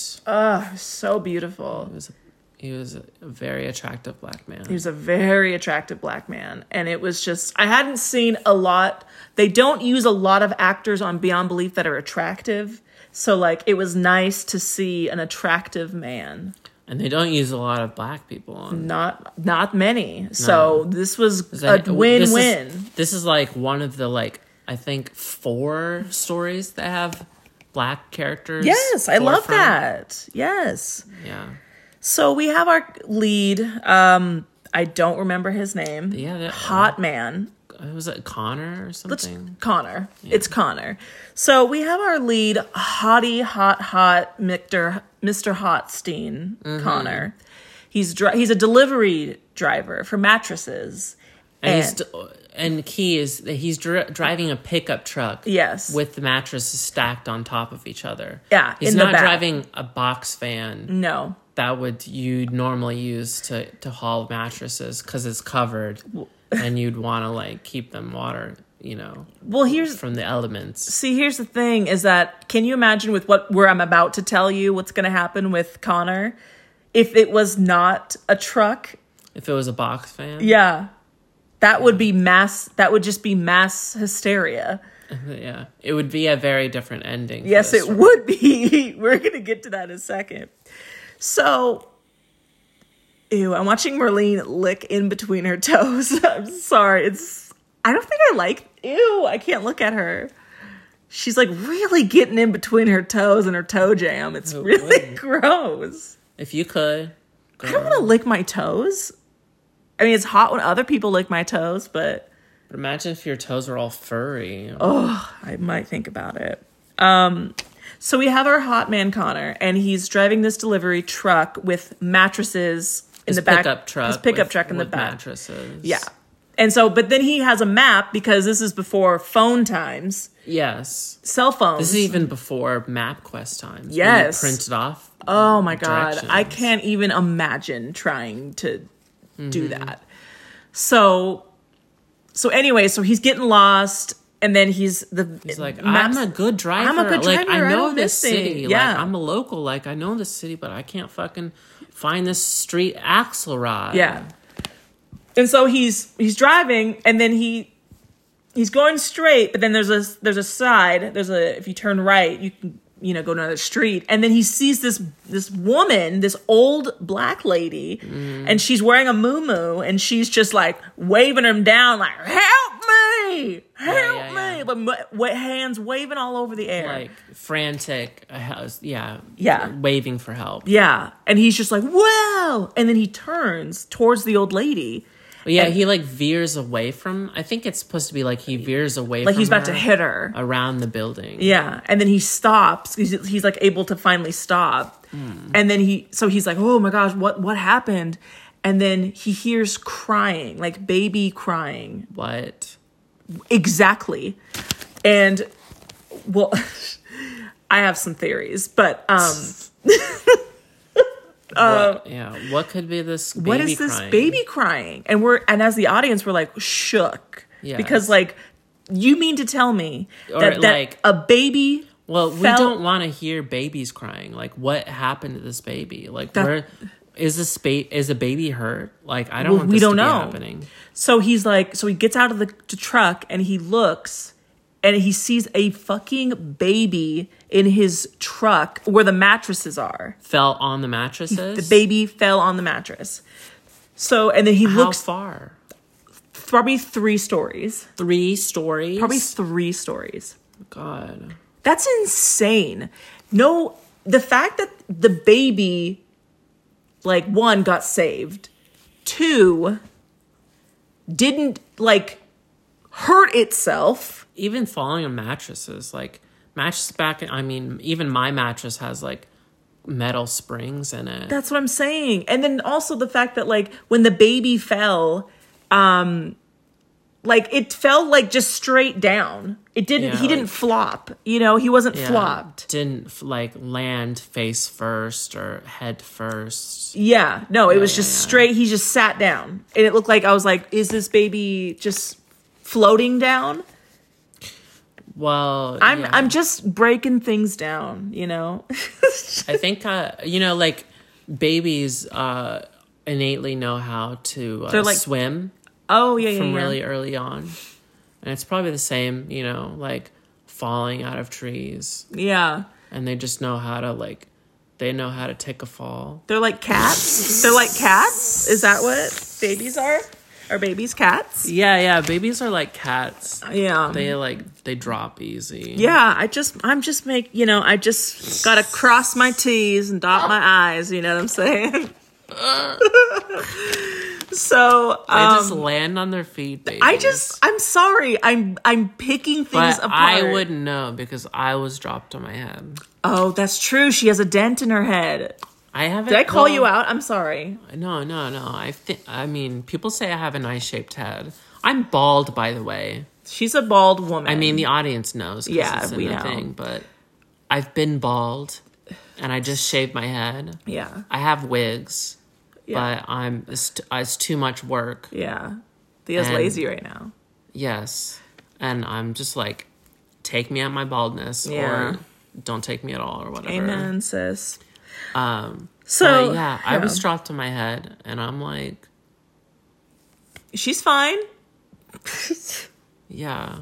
S1: so beautiful.
S2: He was, he was a very attractive black man.
S1: He was a very attractive black man. And it was just, I hadn't seen a lot. They don't use a lot of actors on Beyond Belief that are attractive. So, like, it was nice to see an attractive man.
S2: and they don't use a lot of black people on.
S1: Not not many. So, this was
S2: Is that-
S1: a
S2: this
S1: win
S2: is-
S1: win.
S2: This is like one of the like I think four stories that have black characters.
S1: Yes, I love
S2: forefront.
S1: that. Yes.
S2: Yeah,
S1: So, we have our lead. Um, I don't remember his name.
S2: Yeah, that-
S1: Hot man.
S2: Uh, was it Connor or
S1: Let's
S2: something?
S1: Connor. It's Connor. So we have our lead hottie, hot, hot Mr. Mr. Hotstein
S2: Mm-hmm.
S1: Connor. He's dri- he's a delivery driver for mattresses.
S2: and he's, and key is that he's dri- driving a pickup truck.
S1: yes,
S2: with the mattresses stacked on top of each other.
S1: Yeah,
S2: he's
S1: in the
S2: not
S1: back.
S2: driving a box van
S1: no,
S2: that would you'd normally use to to haul mattresses because it's covered, and you'd want to like keep them water, you know,
S1: well here's
S2: from the elements.
S1: see here's the thing is that can you imagine with what where I'm about to tell you what's going to happen with Connor if it was not a truck?
S2: If it was a box van,
S1: Yeah, that would be mass. That would just be mass hysteria.
S2: yeah, it would be a very different ending. for
S1: Yes,
S2: this
S1: it
S2: story.
S1: would be. We're going to get to that in a second. So, ew, I'm watching Merlene lick in between her toes. I'm sorry. It's, I don't think I like, ew, I can't look at her. She's like really getting in between her toes and her toe jam. It's really gross.
S2: if you could.
S1: I don't want to lick my toes. I mean, it's hot when other people lick my toes, but
S2: but Imagine if your toes were all furry.
S1: Oh, I might think about it. Um, so we have our hot man Connor, and he's driving this delivery truck with mattresses in
S2: His
S1: the back.
S2: pickup truck.
S1: His pickup
S2: with-
S1: truck in the
S2: with
S1: back.
S2: Mattresses.
S1: Yeah. And so, but then he has a map because this is before phone times,
S2: Yes.
S1: cell phones.
S2: This is even before MapQuest times. when you
S1: Yes.
S2: Printed off.
S1: oh my god,
S2: directions.
S1: I can't even imagine trying to do
S2: Mm-hmm.
S1: that. So, so anyway, so he's getting lost, and then he's the
S2: It's like
S1: maps-
S2: I'm a good driver.
S1: I'm a good
S2: like,
S1: driver.
S2: I
S1: I
S2: know
S1: don't
S2: this
S1: miss it.
S2: city. Like
S1: Yeah.
S2: I'm a local. Like I know this city, but I can't fucking find this street Axelrod.
S1: Yeah. And so he's he's driving and then he he's going straight, but then there's a there's a side, there's a if you turn right, you can you know go to another street and then he sees this this woman, this old black lady
S2: Mm.
S1: and she's wearing a muumuu and she's just like waving him down like help me. Help
S2: yeah, yeah.
S1: me. But mu- with hands waving all over the air.
S2: Like frantic. uh, house- Yeah.
S1: Yeah.
S2: Waving for help.
S1: yeah. And he's just like, "Wow." And then he turns towards the old lady.
S2: But yeah. He like veers away from. I think it's supposed to be like he veers away.
S1: Like
S2: from
S1: he's about to
S2: her
S1: hit her.
S2: around the building.
S1: Yeah, and then he stops. He's, he's like able to finally stop,
S2: Hmm.
S1: and then he so he's like, oh my gosh, what what happened? And then he hears crying, like baby crying,
S2: What?
S1: exactly. And well, I have some theories, but um,
S2: what? Yeah. What could be this? Baby
S1: Uh, what is this
S2: crying?
S1: baby crying? And we're and as the audience, we're like shook
S2: Yes.
S1: because like you mean to tell me
S2: Or,
S1: that, that
S2: like-
S1: a baby
S2: Well, we
S1: felt-
S2: don't want to hear babies crying. Like, what happened to this baby? Like,
S1: That-
S2: where is this ba- is a baby hurt? Like, I don't
S1: Well,
S2: want
S1: we
S2: this
S1: don't
S2: to be
S1: know.
S2: happening.
S1: So he's like, so he gets out of the, the truck and he looks and he sees a fucking baby in his truck where the mattresses are.
S2: Fell on the mattresses.
S1: The baby fell on the mattress. So, and then he
S2: How
S1: looks
S2: far?
S1: probably three stories,
S2: Three stories.
S1: probably three stories.
S2: God.
S1: That's insane. No, the fact that the baby, like, one, got saved, two, didn't, like, hurt itself.
S2: Even falling on mattresses, like mattresses back. I mean, even my mattress has like metal springs in it.
S1: That's what I'm saying. And then also the fact that like when the baby fell, um like it fell like just straight down. It didn't
S2: Yeah,
S1: he didn't
S2: like-
S1: flop. You know, he wasn't
S2: Yeah.
S1: flopped.
S2: Didn't f- like land face first or head first.
S1: Yeah. No, it was
S2: yeah,
S1: just
S2: yeah.
S1: straight he just sat down. And it looked like I was like is this baby just floating down?
S2: Well,
S1: I'm
S2: yeah.
S1: I'm just breaking things down, you know.
S2: I think uh, you know, like babies uh, innately know how to uh,
S1: They're like-
S2: swim
S1: oh yeah yeah.
S2: from
S1: yeah.
S2: really early on, and it's probably the same. You know, like falling out of trees,
S1: yeah.
S2: and they just know how to like they know how to take a fall.
S1: They're like cats. They're like cats. Is that what babies are? Are babies cats?
S2: Yeah, yeah. Babies are like cats.
S1: Yeah.
S2: They like they drop easy.
S1: yeah, I just I'm just make you know, I just gotta cross my T's and dot my I's, you know what I'm saying? so
S2: They
S1: um,
S2: just land on their feet. Babies.
S1: I just I'm sorry, I'm I'm picking things
S2: But
S1: apart.
S2: I wouldn't know because I was dropped on my head.
S1: Oh, that's true. She has a dent in her head.
S2: I haven't.
S1: Did I call you
S2: well,
S1: out? I'm sorry.
S2: No, no, no. I think. I mean, people say I have an eye-shaped head. I'm bald, by the way.
S1: She's a bald woman.
S2: I mean, the audience knows. 'cause
S1: Yeah,
S2: it's in
S1: we
S2: the
S1: know.
S2: Thing, but I've been bald, and I just shaved my head.
S1: Yeah.
S2: I have wigs,
S1: Yeah.
S2: but I'm. It's, t- it's too much work.
S1: Yeah. Thea's
S2: And-
S1: lazy right now.
S2: Yes, and I'm just like, take me at my baldness,
S1: Yeah.
S2: or don't take me at all, or whatever.
S1: Amen, sis.
S2: Um.
S1: So
S2: but yeah, I was dropped on my head, and I'm like,
S1: She's fine.
S2: yeah,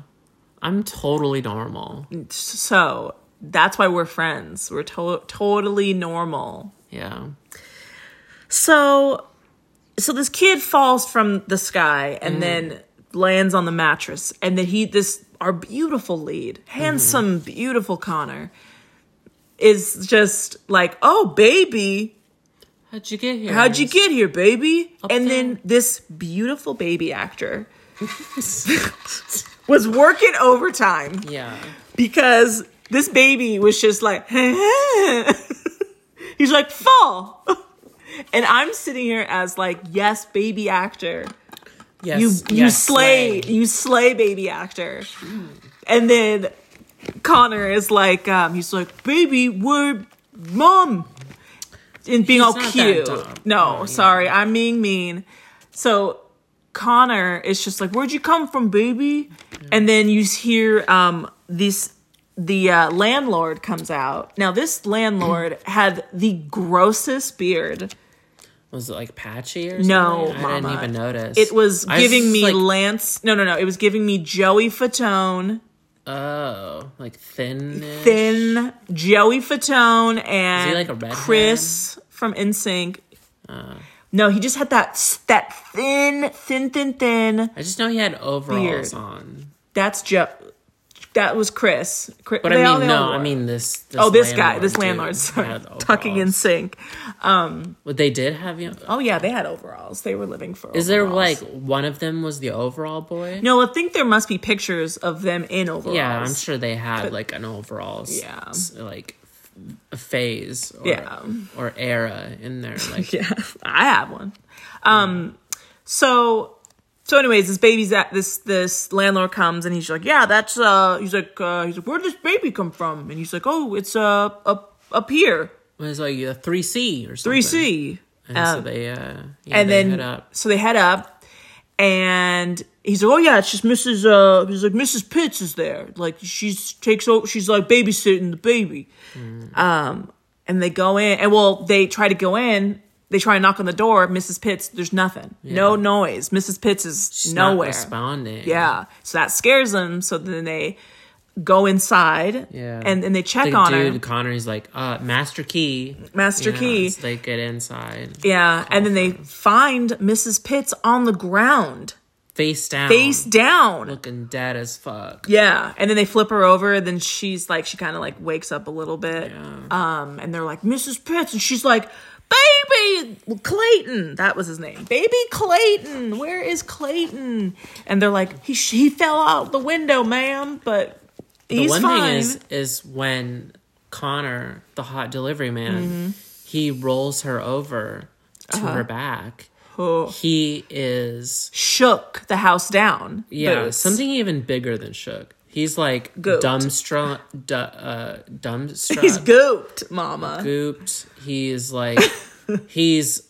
S2: I'm totally normal.
S1: So that's why we're friends. We're to- totally normal.
S2: Yeah.
S1: So, so this kid falls from the sky and then lands on the mattress, and then he this our beautiful lead, handsome, beautiful Connor, is just like, oh baby,
S2: How'd you get here?
S1: How'd you get here, baby? and
S2: down.
S1: then this beautiful baby actor was working overtime
S2: Yeah.
S1: because this baby was just like, he's like, fall. And I'm sitting here as like, yes, baby actor.
S2: Yes.
S1: You you slay, you slay baby actor. And then Connor is like, um, he's like, baby, we're mom. And being all
S2: not that
S1: cute.
S2: dumb.
S1: No, sorry, I'm being mean. So Connor is just like, where'd you come from, baby? And then you hear um this the uh, landlord comes out. Now this landlord had the grossest beard.
S2: Was it like patchy or something?
S1: No,
S2: I
S1: mama.
S2: didn't even notice.
S1: It was
S2: I
S1: giving me
S2: like,
S1: Lance. No, no, no. It was giving me Joey Fatone,
S2: oh, like thin.
S1: thin Joey Fatone,
S2: Is
S1: and
S2: he like a redhead? Uh.
S1: Chris from NSYNC. no, he just had that s- that thin, thin, thin, thin.
S2: I just know he had overalls
S1: Beard.
S2: on.
S1: That's Joe. That was Chris. Chris
S2: But I mean, no, I mean this. this
S1: Oh, this guy, this
S2: dude
S1: landlord, sorry,
S2: had
S1: tucking in
S2: overalls.
S1: sync.
S2: But they did have you.
S1: Oh yeah, they had overalls. They were living for.
S2: Is there
S1: overalls.
S2: like one of them was the overall boy?
S1: No, I think there must be pictures of them in overalls.
S2: Yeah, I'm sure they had like an overalls.
S1: Yeah.
S2: s- like f- a phase. Or,
S1: Yeah.
S2: or era in there. Like
S1: Yeah, I have one. Um, so so anyways, this baby's at this this landlord comes and he's like, yeah, that's uh, he's like uh, he's like, where'd this baby come from? And he's like, oh, it's uh up up here,
S2: it was like a three C or something.
S1: three C. Um,
S2: And so they uh yeah,
S1: and
S2: they
S1: then
S2: hit up.
S1: so they head up and he's like oh yeah it's just mrs uh he's like mrs pitts is there like she's takes over she's like babysitting the baby
S2: Mm.
S1: um and they go in and well they try to go in they try and knock on the door mrs pitts there's nothing no noise mrs pitts is
S2: She's not
S1: nowhere
S2: responding.
S1: yeah so that scares them so then they go inside
S2: Yeah.
S1: and and they check
S2: The
S1: on
S2: dude
S1: her
S2: Connor's like, uh, Master Key.
S1: Master
S2: You know,
S1: Key.
S2: so they get inside.
S1: yeah and then they find mrs pitts on the ground
S2: Face down.
S1: face down
S2: looking dead as fuck.
S1: Yeah, and then they flip her over. Then she's like, she kind of like wakes up a little bit.
S2: Yeah.
S1: Um, and they're like, Mrs. Pitts, and she's like, baby Clayton, that was his name. Baby Clayton, where is Clayton? And they're like, he he fell out the window, ma'am, but
S2: The
S1: he's
S2: one
S1: fine.
S2: thing is is when Connor, the hot delivery man,
S1: Mm-hmm.
S2: he rolls her over to
S1: Uh-huh.
S2: her back.
S1: Oh,
S2: He is
S1: shook the house down.
S2: yeah
S1: Boots.
S2: something even bigger than shook. He's like
S1: Goat.
S2: dumbstruck, du- uh, dumbstruck.
S1: He's gooped, mama.
S2: gooped. He's like he's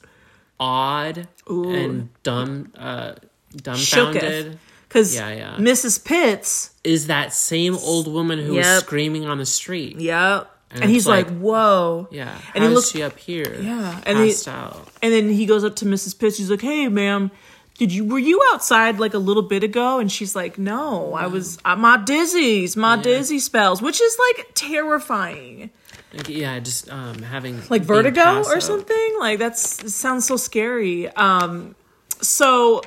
S2: odd and dumb uh dumbfounded.
S1: Shooketh. Because
S2: Yeah, yeah.
S1: Mrs. Pitts,
S2: Is that same old woman who was
S1: Yep.
S2: screaming on the street.
S1: yep. And,
S2: it's
S1: he's like,
S2: like-
S1: whoa.
S2: Yeah.
S1: And
S2: How
S1: he
S2: is
S1: looked-
S2: she up here?
S1: Yeah, and
S2: And
S1: he-
S2: passed out.
S1: And then he goes up to Mrs. Pitts. He's like, "Hey, ma'am, did you were you outside like a little bit ago?" And she's like, "No, I was. I, my dizzies, my dizzy spells, which is like terrifying,
S2: Like, yeah, just um having
S1: like
S2: being
S1: vertigo
S2: passed
S1: or
S2: out.
S1: something. Like that's it sounds so scary." Um, so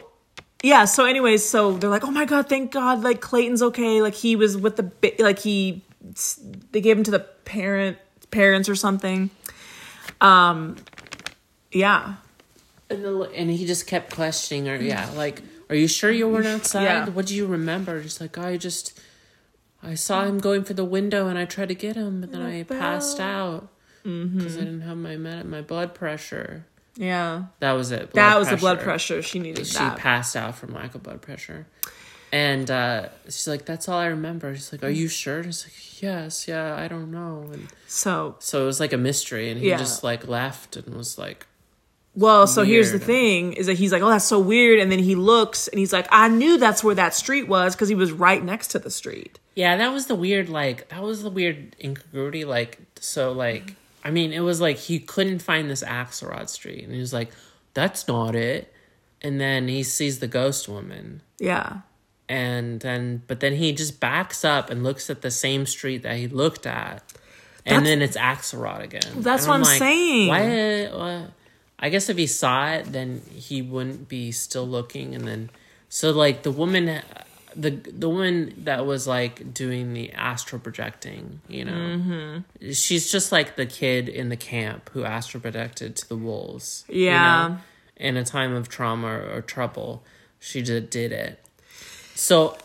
S1: yeah. So anyways, so they're like, "Oh my god, thank God! Like Clayton's okay. Like he was with the bi- like he they gave him to the parent parents or something." Um, yeah.
S2: And, the, li- and he just kept questioning her. Yeah, like, are you sure you weren't outside?
S1: Mm. Yeah.
S2: What do you remember? Just like I just, I saw him going for the window, and I tried to get him, but then
S1: Oh,
S2: I passed out
S1: Mm-hmm.
S2: because I didn't have my med- my blood pressure.
S1: Yeah.
S2: That was it. blood
S1: That was the blood pressure. She needed
S2: She
S1: that.
S2: passed out from lack of blood pressure. And uh, she's like, "That's all I remember." She's like, "Are you sure?" And he's like, "Yes, yeah, I don't know." And
S1: so,
S2: so it was like a mystery, and he
S1: Yeah.
S2: just like left and was like,
S1: well, so here's the
S2: Weird.
S1: thing is that he's like, oh, that's so weird. And then he looks and he's like, I knew that's where that street was because he was right next to the street.
S2: Yeah, that was the weird, like, that was the weird incongruity. Like, so, like, I mean, it was like he couldn't find this Axelrod Street. And he was like, that's not it. And then he sees the ghost woman.
S1: Yeah.
S2: And then, but then he just backs up and looks at the same street that he looked at. And
S1: That's-
S2: then it's Axelrod again.
S1: That's
S2: And
S1: what I'm saying.
S2: Why? why- I guess if he saw it, then he wouldn't be still looking. And then, so like the woman, the the woman that was like doing the astral projecting, you know,
S1: Mm-hmm.
S2: she's just like the kid in the camp who astral projected to the wolves. you
S1: Yeah.
S2: know? In a time of trauma or, trouble, she just did it. So,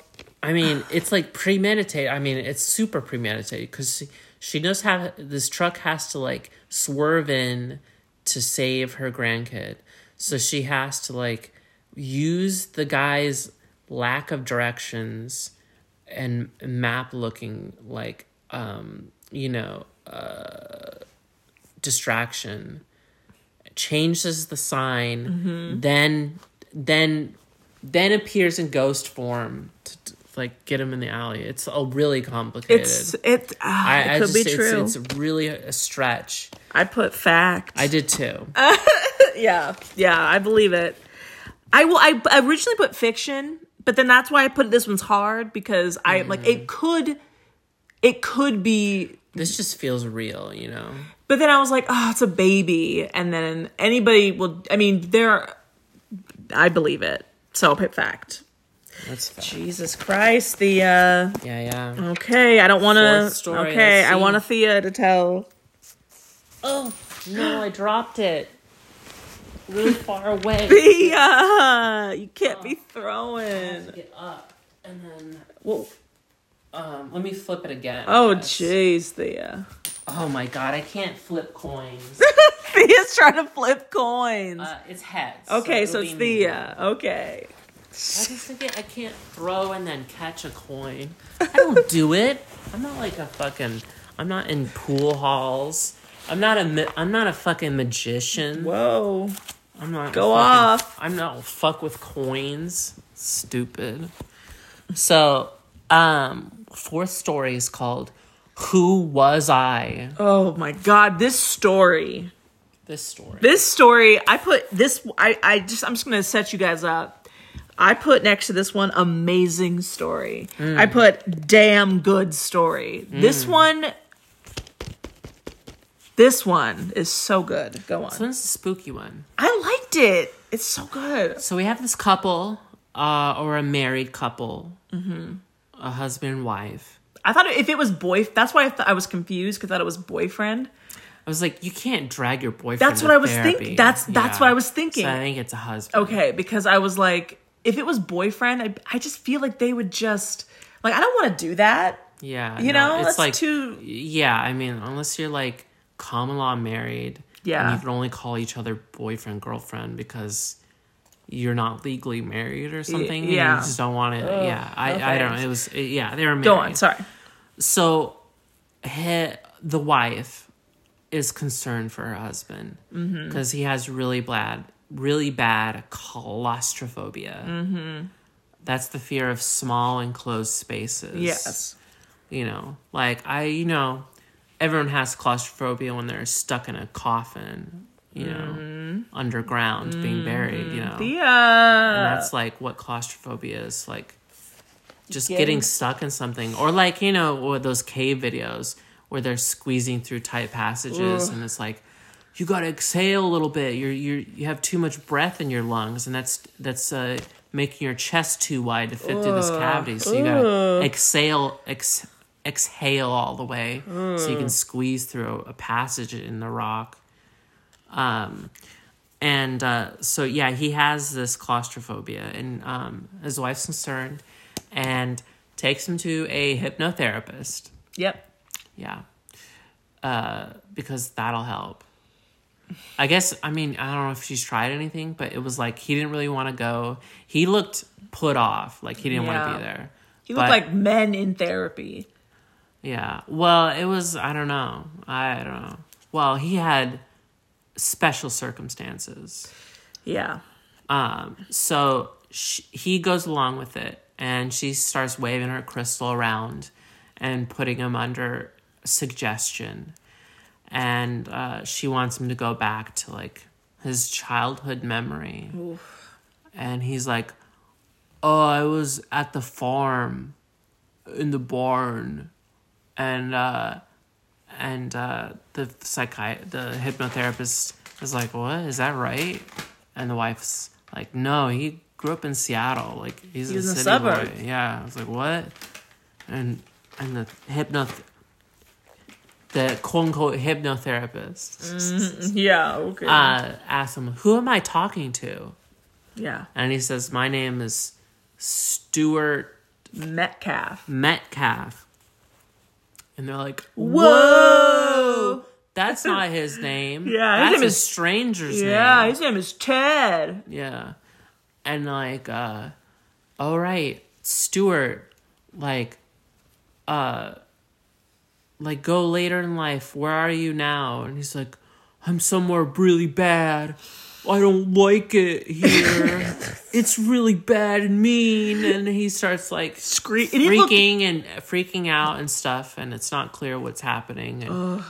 S2: I mean, it's like premeditated. I mean, it's super premeditated because she, she knows how this truck has to like swerve in to save her grandkid. So she has to like use the guy's lack of directions and map looking like, um, you know, distraction changes the sign
S1: Mm-hmm.
S2: then then then appears in ghost form to, to, like get him in the alley it's all really complicated
S1: It's, it, ah,
S2: I,
S1: it
S2: I
S1: could
S2: just-
S1: be
S2: it's-
S1: true.
S2: It's, really a stretch
S1: I put fact.
S2: i did too
S1: Um, yeah. Yeah. I believe it. I will, I I originally put fiction, but then that's why I put this one's hard because I like
S2: Mm-hmm.
S1: it could, it could be
S2: this just feels real you know
S1: But then I was like, oh, it's a baby. And then anybody will, I mean, there, I believe it. So I'll pick fact.
S2: that's fun.
S1: Jesus Christ, Thea.
S2: yeah yeah
S1: um, Okay, I don't want
S2: Fourth
S1: to.
S2: story,
S1: Okay,
S2: let's
S1: I
S2: see.
S1: want a Thea to tell.
S2: oh no i dropped it really far away
S1: Thea, you can't
S2: Oh.
S1: be throwing.
S2: get up and then
S1: Well,
S2: um, let me flip it again I
S1: oh,
S2: guess.
S1: jeez, Thea.
S2: oh my god i can't flip coins
S1: Thea's trying to flip coins.
S2: Uh, it's heads.
S1: okay, so
S2: it'll be
S1: it's uh,
S2: me.
S1: Thea. Okay.
S2: I just think I can't throw and then catch a coin. I don't do it. I'm not like a fucking. I'm not in pool halls. I'm not a. ma- I'm not a fucking magician.
S1: Whoa.
S2: I'm not. a
S1: Go
S2: fucking-
S1: off.
S2: I'm not fuck with coins. Stupid. So, um, fourth story is called "Who Was I?"
S1: Oh my God, this story.
S2: This story.
S1: This story, I put this. I, I just, I'm just gonna set you guys up. I put next to this one, amazing story. I put damn good story. This one, this one is so good. Go
S2: this
S1: on.
S2: one's the spooky one.
S1: I liked it. It's so good.
S2: So we have this couple, uh, or a married couple, Mm-hmm. a husband and wife.
S1: I thought if it was boy, that's why I, thought I was confused because I thought it was boyfriend.
S2: I was like, you can't drag your boyfriend.
S1: That's
S2: to
S1: what I was
S2: therapy.
S1: think- that's- that's what I was thinking. Oh,
S2: So I think it's a husband.
S1: Okay, because I was like, if it was boyfriend, I, I just feel like they would just like I don't want to do that.
S2: Yeah,
S1: You
S2: no,
S1: know,
S2: it's
S1: that's
S2: like
S1: too-
S2: Yeah, I mean, unless you're like common law married,
S1: Yeah.
S2: and you can only call each other boyfriend girlfriend because you're not legally married or something. and
S1: yeah.
S2: you just don't want to. Yeah, I,
S1: no
S2: I don't.
S1: thanks.
S2: know. It was it- yeah, they were married.
S1: Go on, sorry.
S2: So, he, the wife is concerned for her husband because he has really bad, really bad claustrophobia. Mm-hmm. That's the fear of small enclosed spaces
S1: Yes.
S2: you know like i you know everyone has claustrophobia when they're stuck in a coffin you know underground being buried you know
S1: The
S2: and
S1: uh,
S2: that's like what claustrophobia is like just
S1: Getting-
S2: getting, stuck in something or like you know or those cave videos where they're squeezing through tight passages and it's like you got to exhale a little bit you're you you have too much breath in your lungs and that's that's uh making your chest too wide to fit through this cavity so you got to exhale ex- exhale all the way so you can squeeze through a passage in the rock um and uh, so yeah, he has this claustrophobia, and um, his wife's concerned, and takes him to a hypnotherapist.
S1: yep.
S2: Yeah, uh, because that'll help. I guess I mean I don't know if she's tried anything, but it was like he didn't really want to go. He looked put off, like he didn't want
S1: Yeah.
S2: to be there.
S1: You look
S2: But-
S1: like men in therapy.
S2: yeah. Well, it was I don't know. I don't know. Well, he had special circumstances.
S1: Yeah.
S2: Um, so sh he goes along with it, and she starts waving her crystal around and putting him under suggestion. And uh, she wants him to go back to like his childhood memory. And he's like, Oh, I was at the farm in the barn, and uh, and uh, the psychi- the hypnotherapist is like, "What is that right?" And the wife's like, "No, he grew up in Seattle. Like he's,
S1: He was
S2: a
S1: in the
S2: city
S1: suburbs."
S2: boy." Yeah, I was like, "What?" And and the hypnoth the quote unquote
S1: Mm.
S2: hypnotherapist
S1: Yeah. Okay.
S2: uh, asks him, "Who am I talking to?"
S1: yeah.
S2: And he says, "My name is Stuart
S1: Metcalf.
S2: Metcalf." And they're like,
S1: Whoa.
S2: That's not his name.
S1: Yeah, his
S2: that's
S1: name
S2: a
S1: is-
S2: stranger's
S1: Yeah.
S2: name.
S1: His name is Ted.
S2: Yeah, and like, uh, all right, Stuart, like, uh, like go later in life. Where are you now? And he's like, I'm somewhere really bad. I don't like it here. it's really bad and mean. And he starts like
S1: Scree- it didn't look-
S2: freaking and freaking out and stuff and it's not clear what's happening and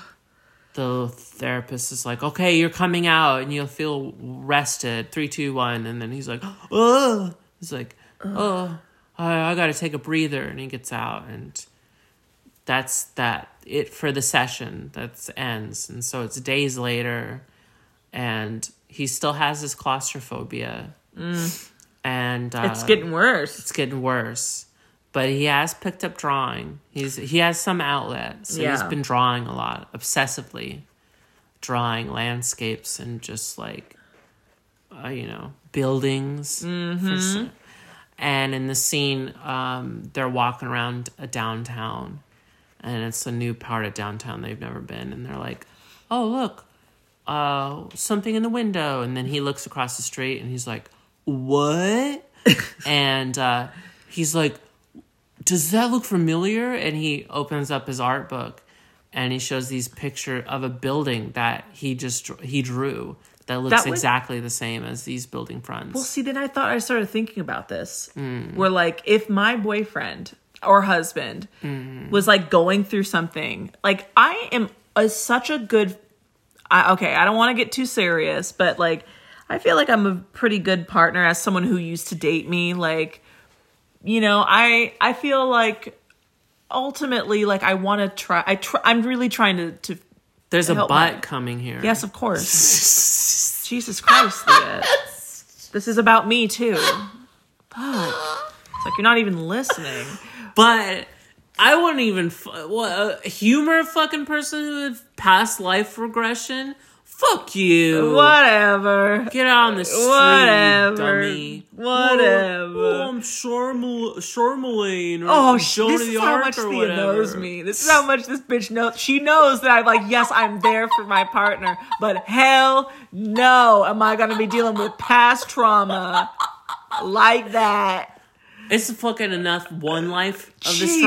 S2: the therapist is like okay you're coming out and you'll feel rested three two one and then he's like oh he's like oh I, I gotta take a breather and he gets out and that's that it for the session that's ends and so it's days later and he still has his claustrophobia and uh,
S1: Mm. It's getting worse.
S2: it's getting worse. But he has picked up drawing. He's he has some outlet. So he's
S1: Yeah.
S2: been drawing a lot, obsessively drawing landscapes and just like uh, you know, buildings. for s- And in the scene, um, they're walking around a downtown and it's a new part of downtown they've never been and they're like, "Oh, look. Uh, something in the window." And then he looks across the street and he's like, "What?" and uh, he's like, "Does that look familiar?" And he opens up his art book, and he shows these picture of a building that he just dr- he drew that looks
S1: That was-
S2: exactly the same as these building
S1: Well,
S2: fronts.
S1: see, then I thought I started thinking about this. Where, like, if my boyfriend or husband was like going through something, like, I am a, such a good. I, okay, I don't want to get too serious, but like, I feel like I'm a pretty good partner as someone who used to date me. Like, you know, I I feel like ultimately, like, I want to try. I try. I'm really trying to to.
S2: There's a
S1: help
S2: butt
S1: my-
S2: coming here.
S1: Yes, of course. Jesus Christ, Leah. this is about me too. Fuck. It's like you're not even listening.
S2: but I wouldn't even fu- what, uh, humor a fucking person with past life regression. Fuck you.
S1: Whatever.
S2: Get out on the street,
S1: Whatever.
S2: dummy.
S1: Whatever.
S2: Oh, I'm Charmel- Charmelaine. Or
S1: Oh, sh-
S2: Joan
S1: this
S2: of
S1: is
S2: the
S1: how
S2: Arc
S1: much
S2: or
S1: Thea
S2: whatever.
S1: knows me. This is how much this bitch knows. She knows that I'm like, yes, I'm there for my partner, but hell no, am I gonna be dealing with past trauma like that?
S2: It's fucking enough one life of this
S1: Jesus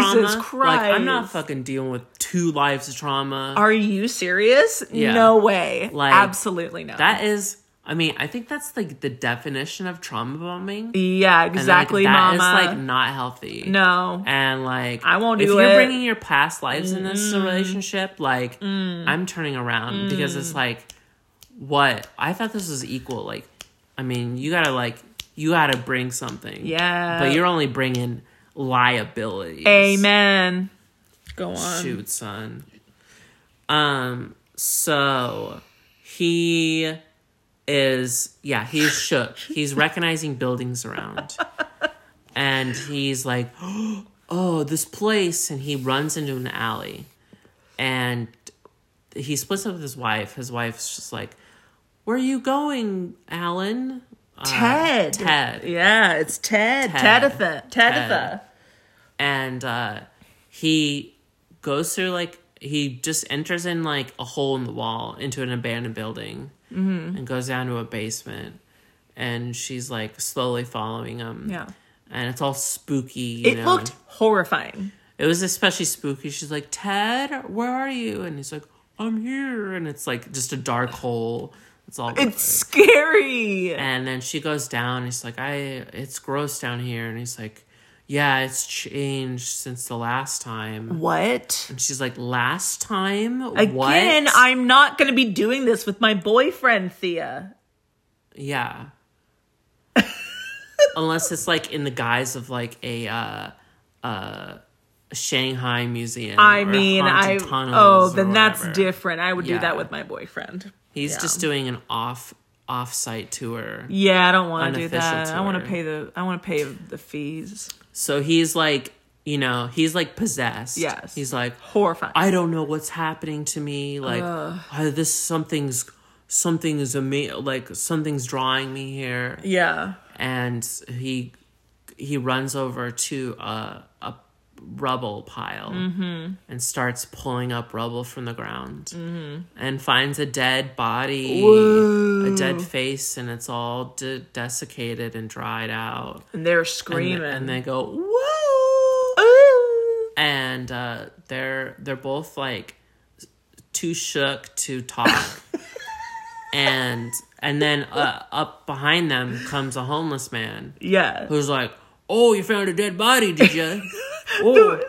S2: trauma. Like I'm not
S1: Christ.
S2: fucking dealing with two lives of trauma.
S1: Are you serious?
S2: Yeah.
S1: No way.
S2: Like,
S1: Absolutely not.
S2: that is, I mean, I think that's like the definition of trauma bombing.
S1: yeah,
S2: And, like,
S1: exactly,
S2: that is,
S1: mama.
S2: like not healthy.
S1: no.
S2: And like
S1: I won't
S2: if
S1: do
S2: you're
S1: it. Mm-hmm.
S2: bringing your past lives in this relationship, like
S1: Mm.
S2: I'm turning around because it's like what? I thought this was equal. Like I mean, you got to like you got to bring something.
S1: Yeah.
S2: But you're only bringing liabilities.
S1: Amen. Go on.
S2: Shoot, son. Um so he is yeah, he's shook. He's recognizing buildings around. And he's like, "Oh, this place." And he runs into an alley. And he splits up with his wife. His wife's just like, "Where are you going, Alan?" Uh,
S1: Ted.
S2: Ted.
S1: Yeah, it's Ted.
S2: Ted.
S1: Teditha. Teditha.
S2: and uh, he goes through like he just enters in like a hole in the wall into an abandoned building
S1: Mm-hmm.
S2: and goes down to a basement and she's like slowly following him
S1: Yeah.
S2: and it's all spooky you
S1: It
S2: know,
S1: looked
S2: and
S1: horrifying.
S2: it was especially spooky she's like ted where are you and he's like i'm here and it's like just a dark hole it's all
S1: It's scary.
S2: and then she goes down. And he's like, I, it's gross down here. And he's like, yeah, it's changed since the last time.
S1: What?
S2: And she's like, last time? what?
S1: Again, I'm not going to be doing this with my boyfriend, Thea.
S2: yeah. Unless it's like in the guise of like a, uh, uh, Shanghai museum.
S1: I
S2: or
S1: mean, I
S2: haunted
S1: oh,
S2: tunnels or
S1: then that's
S2: whatever.
S1: different. I would
S2: Yeah.
S1: do that with my boyfriend.
S2: He's
S1: Yeah.
S2: just doing an off off-site tour.
S1: Yeah, I don't want to do
S2: Unofficial
S1: that. I want to
S2: tour.
S1: pay the I want to pay the fees.
S2: So he's like, you know, he's like possessed.
S1: Yes.
S2: He's like,
S1: Horrifying.
S2: I don't know what's happening to me. Like I- this, something's something is ama- like something's drawing me here.
S1: yeah.
S2: And he he runs over to a a rubble pile and starts pulling up rubble from the ground and finds a dead body, a dead face, and it's all de- desiccated and dried out.
S1: And they're
S2: And,
S1: screaming.
S2: and they go whoa
S1: Ooh.
S2: and uh, they're they're both like too shook to talk, and and then uh, up behind them comes a homeless man
S1: Yeah.
S2: who's like, "Oh, you found a dead body, did you?" oh,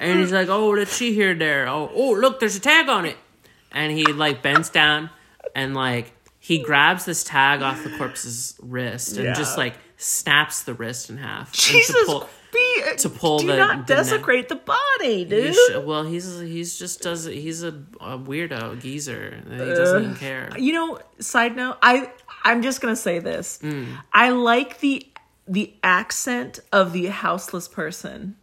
S2: and he's like, "Oh, let's see here, there. Oh, oh, look, there's a tag on it." And he like bends down and like he grabs this tag off the corpse's wrist and
S1: Yeah.
S2: just like snaps the wrist in half. and to
S1: Jesus.
S2: pull-
S1: be,
S2: to pull
S1: do
S2: the-
S1: not
S2: the neck.
S1: desecrate the body,
S2: You
S1: dude.
S2: should- well, he's he's just does he's a, a weirdo geezer. He doesn't even care.
S1: You know, side note, I I'm just gonna say this.
S2: Mm.
S1: I like the the accent of the houseless person.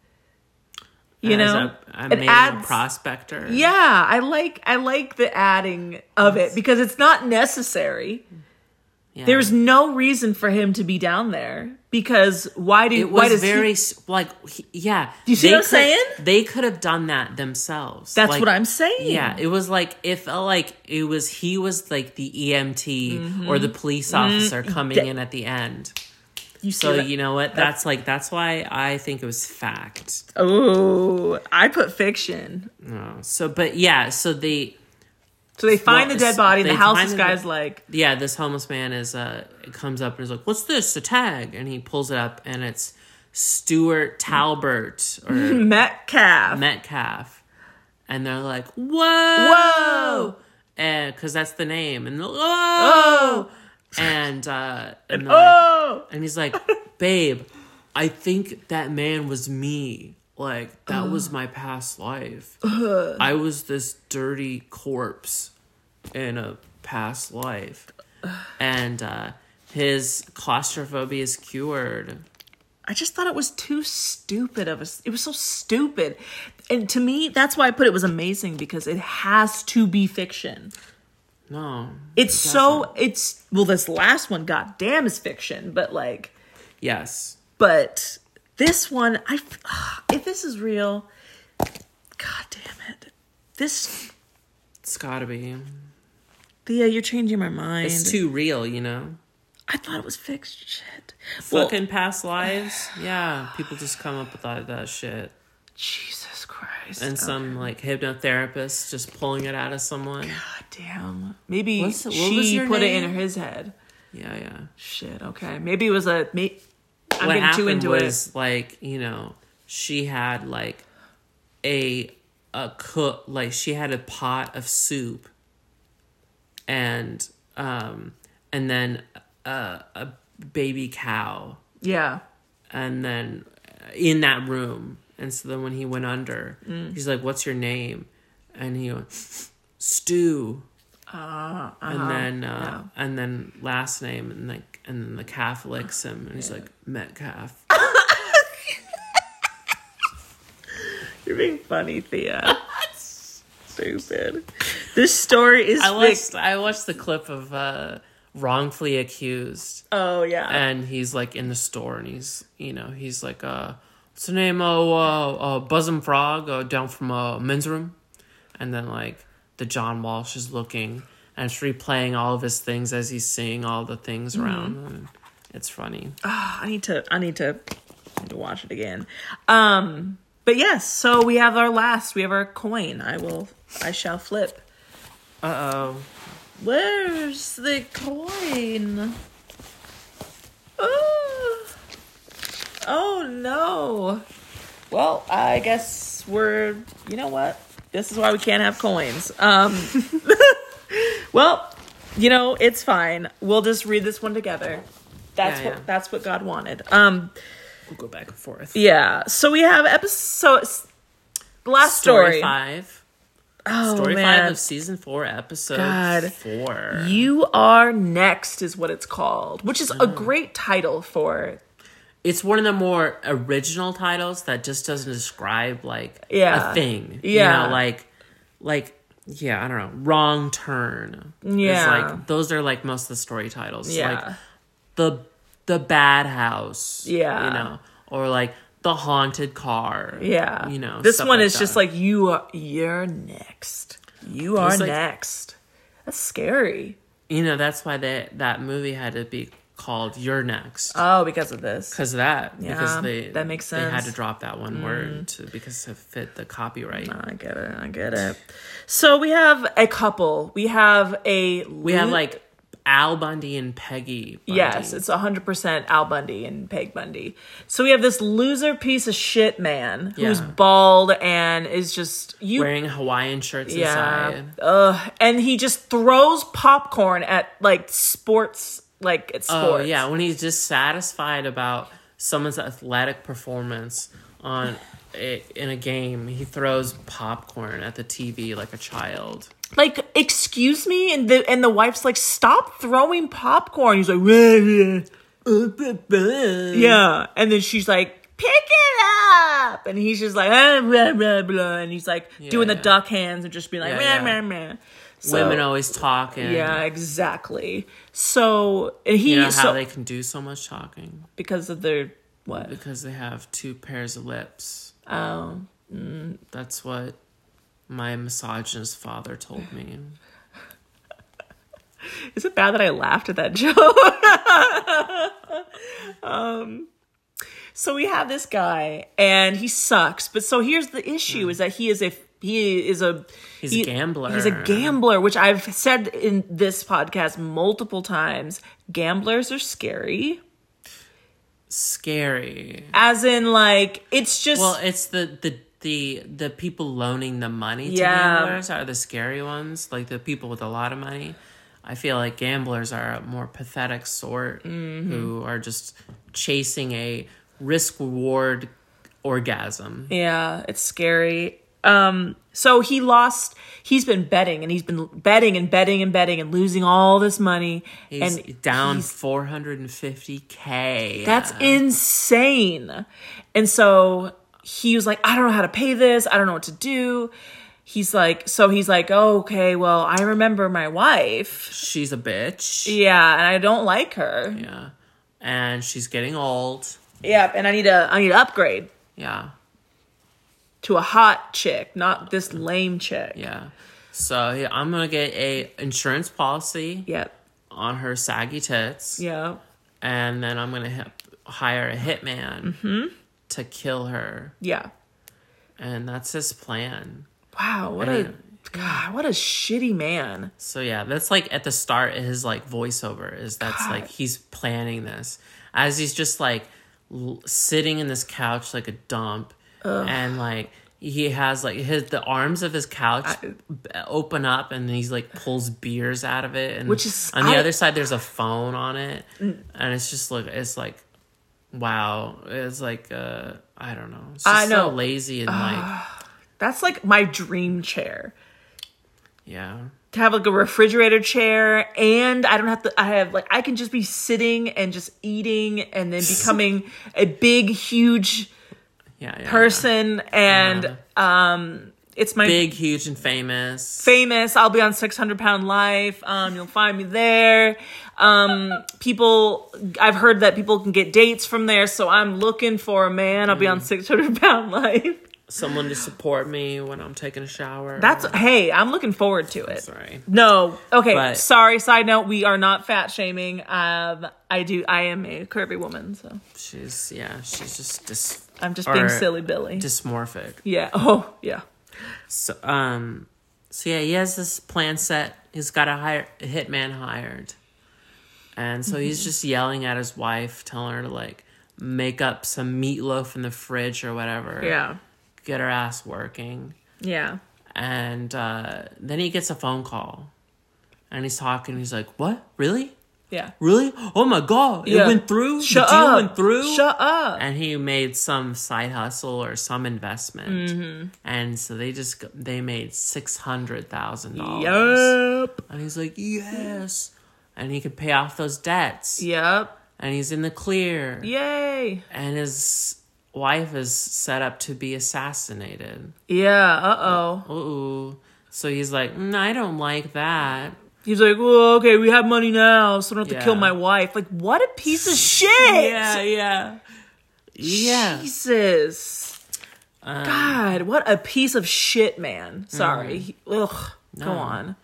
S1: You
S2: As
S1: know,
S2: a, a
S1: It
S2: man,
S1: adds-
S2: a prospector.
S1: yeah, I like I like the adding of it because it's not necessary.
S2: Yeah.
S1: There's no reason for him to be down there because why do
S2: it
S1: why
S2: was
S1: does he-
S2: very s like he, yeah.
S1: you see
S2: They
S1: what I'm
S2: could-
S1: saying?
S2: They could have done that themselves.
S1: That's
S2: Like,
S1: what I'm saying.
S2: Yeah, it was like it felt like it was he was like the EMT
S1: Mm-hmm.
S2: or the police officer coming in at the end.
S1: you see.
S2: So
S1: that?
S2: you know what? That's like that's why I think it was fact.
S1: oh, I put fiction.
S2: Oh, So but yeah, so the
S1: So they find
S2: Well,
S1: the dead body.
S2: they
S1: The
S2: find
S1: houseless
S2: the-
S1: guy's like,
S2: yeah, this homeless man is uh comes up and is like, "What's this? A tag?" And he pulls it up, and it's
S1: Mm.
S2: Stuart Talbert or
S1: Metcalf.
S2: Metcalf, and they're like, "Whoa, whoa!" And because that's the name, and they're like, whoa, and uh, Oh! and, they're like-
S1: oh,
S2: and he's like, "Babe, I think that man was me." Like that was my past life. I was this dirty corpse in a past life. And uh his claustrophobia is cured
S1: I just thought it was too stupid of us. It was so stupid. And to me, that's why I put it was amazing because it has to be fiction.
S2: No.
S1: It's so it's well this last one goddamn is fiction, but like
S2: Yes.
S1: but this one I if this is real god damn it. This
S2: It's gotta be.
S1: Thea, you're changing my mind.
S2: It's too real, you know?
S1: I thought it was fiction. Shit. Well,
S2: Fucking past lives. Yeah. People just come up with all that shit.
S1: Jesus Christ.
S2: And some like hypnotherapist just pulling it out of someone.
S1: God damn. Maybe
S2: What's- what
S1: she
S2: was your
S1: put it
S2: name?
S1: in his head.
S2: Yeah, yeah.
S1: Shit. Okay. Maybe it was a. May, I'm
S2: what
S1: getting
S2: happened
S1: too into
S2: was like you know she had like a a cook like she had a pot of soup and um and then a, a baby cow
S1: it. Yeah.
S2: and then uh, in that room and so then when he went under he's like what's your name and he went stew and then uh, and then last name and like and then the calf licks him and he's like metcalf
S1: You're being funny, Thea. Stupid. This story is.
S2: I
S1: fic-
S2: watched I watched the clip of uh wrongfully accused
S1: Oh yeah.
S2: and he's like in the store and he's you know, he's like uh what's the name oh uh, uh Bosom Frog uh, down from uh men's room and then like the John Walsh is looking and it's replaying all of his things as he's seeing all the things
S1: Mm-hmm.
S2: around and it's funny.
S1: Ah, I need to. I need to. I need to watch it again. Um. But yes. So we have our last. We have our coin. I will. I shall flip.
S2: Uh oh.
S1: Where's the coin? Oh, oh no. Well, I guess we're, you know what? This is why we can't have coins. Um, well, you know, it's fine. We'll just read this one together. That's
S2: Yeah,
S1: what
S2: yeah.
S1: that's what God wanted. Um,
S2: We'll go back and forth.
S1: yeah. So we have episode s- last
S2: Story
S1: story.
S2: five.
S1: Oh,
S2: Story
S1: man.
S2: five of season four, episode
S1: God.
S2: four.
S1: You Are Next is what it's called, which is
S2: Mm.
S1: a great title for.
S2: it's one of the more original titles that just doesn't describe like
S1: Yeah.
S2: a thing.
S1: Yeah.
S2: You know, like like yeah, I don't know. Wrong turn. is,
S1: Yeah.
S2: like those are like most of the story titles.
S1: Yeah.
S2: Like the the bad house.
S1: Yeah.
S2: You know. Or like the haunted car.
S1: yeah.
S2: You know.
S1: This
S2: stuff
S1: one is just
S2: that.
S1: like you are you're next. You are
S2: It's like-
S1: next. That's scary.
S2: you know, that's why that that movie had to be called You're Next.
S1: Oh, because of this.
S2: because of that,
S1: Yeah,
S2: because they
S1: that makes
S2: They had
S1: sense. Mm.
S2: to drop that one word to because to fit the copyright.
S1: I get it. I get it. So we have a couple. We have a
S2: We have like Al Bundy and Peggy. Bundy.
S1: Yes, it's 100% Al Bundy and Peg Bundy. So we have this loser piece of shit man who's
S2: Yeah.
S1: bald and is just you
S2: wearing Hawaiian shirts inside.
S1: Ugh. And he just throws popcorn at like sports, like at sports.
S2: Oh yeah, when he's just satisfied about someone's athletic performance on i- in a game, he throws popcorn at the TV like a child.
S1: Like, excuse me, and the and the wife's like, stop throwing popcorn. He's like, "Bleh, bleh."
S2: Yeah.
S1: yeah, and then she's like, pick it up, and he's just like, "Ah, blah blah blah, and he's like doing the
S2: yeah.
S1: duck hands and just being like,
S2: Yeah,
S1: "Meh,
S2: yeah.
S1: meh, meh." So-
S2: Women always talking.
S1: Yeah, exactly. So and he
S2: You know how
S1: so
S2: they can do so much talking
S1: because of their what
S2: because they have two pairs of lips. Oh.
S1: mm.
S2: That's what my misogynist father told me.
S1: Is it bad that I laughed at that joke? um, so we have this guy, and he sucks. But so here's the issue: is that he is a he is a
S2: He's a gambler.
S1: He's a gambler, which I've said in this podcast multiple times. Gamblers are scary,
S2: Scary.
S1: as in like it's just
S2: Well, it's the the the the people loaning the money to
S1: Yeah.
S2: gamblers are the scary ones, like the people with a lot of money. I feel like gamblers are a more pathetic sort
S1: Mm-hmm.
S2: who are just chasing a risk reward orgasm.
S1: yeah, it's scary. Um, so he lost. He's been betting and he's been betting and betting and betting and losing all this money.
S2: He's
S1: and
S2: down
S1: he's-
S2: 450k.
S1: that's insane. And so he was like, I don't know how to pay this. I don't know what to do. He's like, so he's like, oh, okay, well, I remember my wife.
S2: she's a bitch.
S1: Yeah, and I don't like her.
S2: Yeah. And she's getting old.
S1: Yep, and I need to I need to upgrade
S2: Yeah.
S1: to a hot chick, not this lame chick.
S2: Yeah. So yeah, I'm gonna get a insurance policy
S1: Yep.
S2: on her saggy tits,
S1: Yeah.
S2: and then I'm gonna hi- hire a hitman to kill her,
S1: Yeah.
S2: and that's his plan.
S1: Wow, what a God, what a shitty man.
S2: So yeah, that's like at the start his like voiceover is that's like he's planning this as he's just like l- sitting in this couch like a dump and like he has like his the arms of his couch b- open up and he's like pulls beers out of it and
S1: Which is-
S2: on the
S1: I- Mm.
S2: other side there's a phone on it and it's just like it's like wow it's like uh I don't know it's just
S1: I know.
S2: so lazy and like
S1: That's like my dream chair.
S2: yeah
S1: To have like a refrigerator chair and I don't have to I have like I can just be sitting and just eating and then becoming a big huge
S2: yeah, yeah yeah. Uh-huh.
S1: person and um it's my
S2: big huge and famous
S1: famous. I'll be on 600 pound life. Um, you'll find me there. Um, people, I've heard that people can get dates from there. So I'm looking for a man. I'll be
S2: Mm.
S1: on 600 pound life.
S2: someone to support me when I'm taking a shower.
S1: That's, hey, I'm looking forward to it.
S2: sorry.
S1: No. Okay.
S2: But-
S1: Sorry. Side note. We are not fat shaming. Um, I do. I am a curvy woman. So
S2: She's yeah, she's just dys-
S1: I'm just
S2: Or-
S1: being silly Billy.
S2: dysmorphic.
S1: yeah. Oh yeah.
S2: So um, so yeah, he has this plan set. He's got a hire a hitman hired, and so
S1: Mm-hmm.
S2: he's just yelling at his wife, telling her to like make up some meatloaf in the fridge or whatever.
S1: Yeah.
S2: get her ass working.
S1: Yeah.
S2: And uh, then he gets a phone call, and he's talking. He's like, "What? Really?
S1: Yeah.
S2: Really? Oh my god!
S1: Yeah.
S2: It went through.
S1: Shut
S2: the deal
S1: up.
S2: went through.
S1: Shut up.
S2: and he made some side hustle or some investment and so they just go- they made $600000
S1: Yup.
S2: and he's like yes and he could pay off those debts
S1: Yup.
S2: and he's in the clear
S1: Yay.
S2: and his wife is set up to be assassinated
S1: Yeah. Uh oh.
S2: ooh so he's like mm, i don't like that
S1: He's like, well, okay, we have money now, so I don't have to kill
S2: Yeah.
S1: my wife. Like, what a piece of shit!
S2: yeah yeah
S1: Jesus.
S2: Um,
S1: God, what a piece of shit, man.
S2: Mm.
S1: Sorry. He- Ugh. Go on.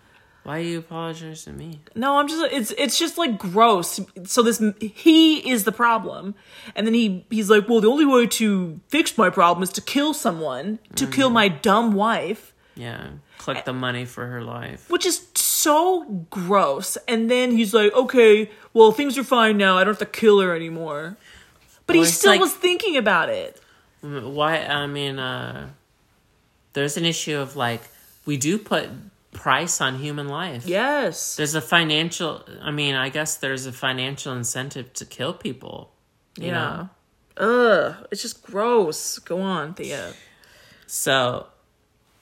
S2: why do you apologize to me
S1: No, I'm just. It's it's just like gross. So this he is the problem, and then he he's like, well, the only way to fix my problem is to kill someone, to
S2: Mm-hmm.
S1: kill my dumb wife.
S2: yeah collect the money for her life
S1: which is so gross. And then he's like, "Okay, well, things are fine now. I don't have to kill her anymore." But
S2: Well,
S1: he
S2: it's
S1: still
S2: like-
S1: was thinking about it.
S2: why i mean uh there's an issue of like we do put price on human life
S1: Yes.
S2: there's a financial i mean i guess there's a financial incentive to kill people you
S1: yeah.
S2: know
S1: Ugh, it's just gross. Go on, Thea.
S2: so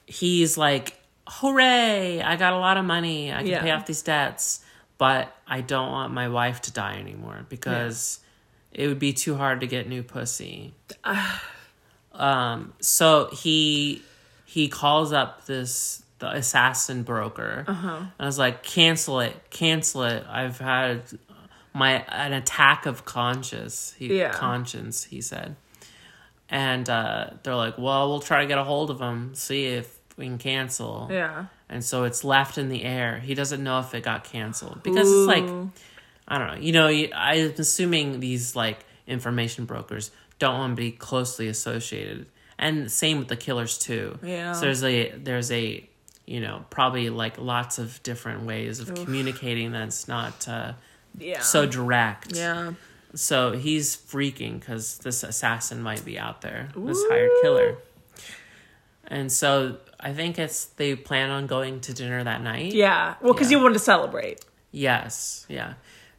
S2: he's like hooray i got a lot of money i can
S1: Yeah.
S2: pay off these debts but i don't want my wife to die anymore because it would be too hard to get new pussy um so he he calls up this the assassin broker
S1: Uh-huh.
S2: and i was like cancel it cancel it i've had my an attack of conscience he,
S1: Yeah.
S2: conscience he said and uh, they're like well we'll try to get a hold of him see if we can cancel
S1: Yeah.
S2: and so it's left in the air he doesn't know if it got canceled because it's like
S1: Ooh.
S2: i don't know you know you- i'm assuming these like information brokers don't want to be closely associated and same with the killers too
S1: Yeah.
S2: so there's a there's a you know probably like lots of different ways of communicating that's not uh,
S1: Yeah.
S2: so direct
S1: yeah.
S2: so he's freaking because this assassin might be out there, this hired killer. And so I think it's they plan on going to dinner that night.
S1: Yeah. Well, because you wanted to celebrate.
S2: Yes. Yeah.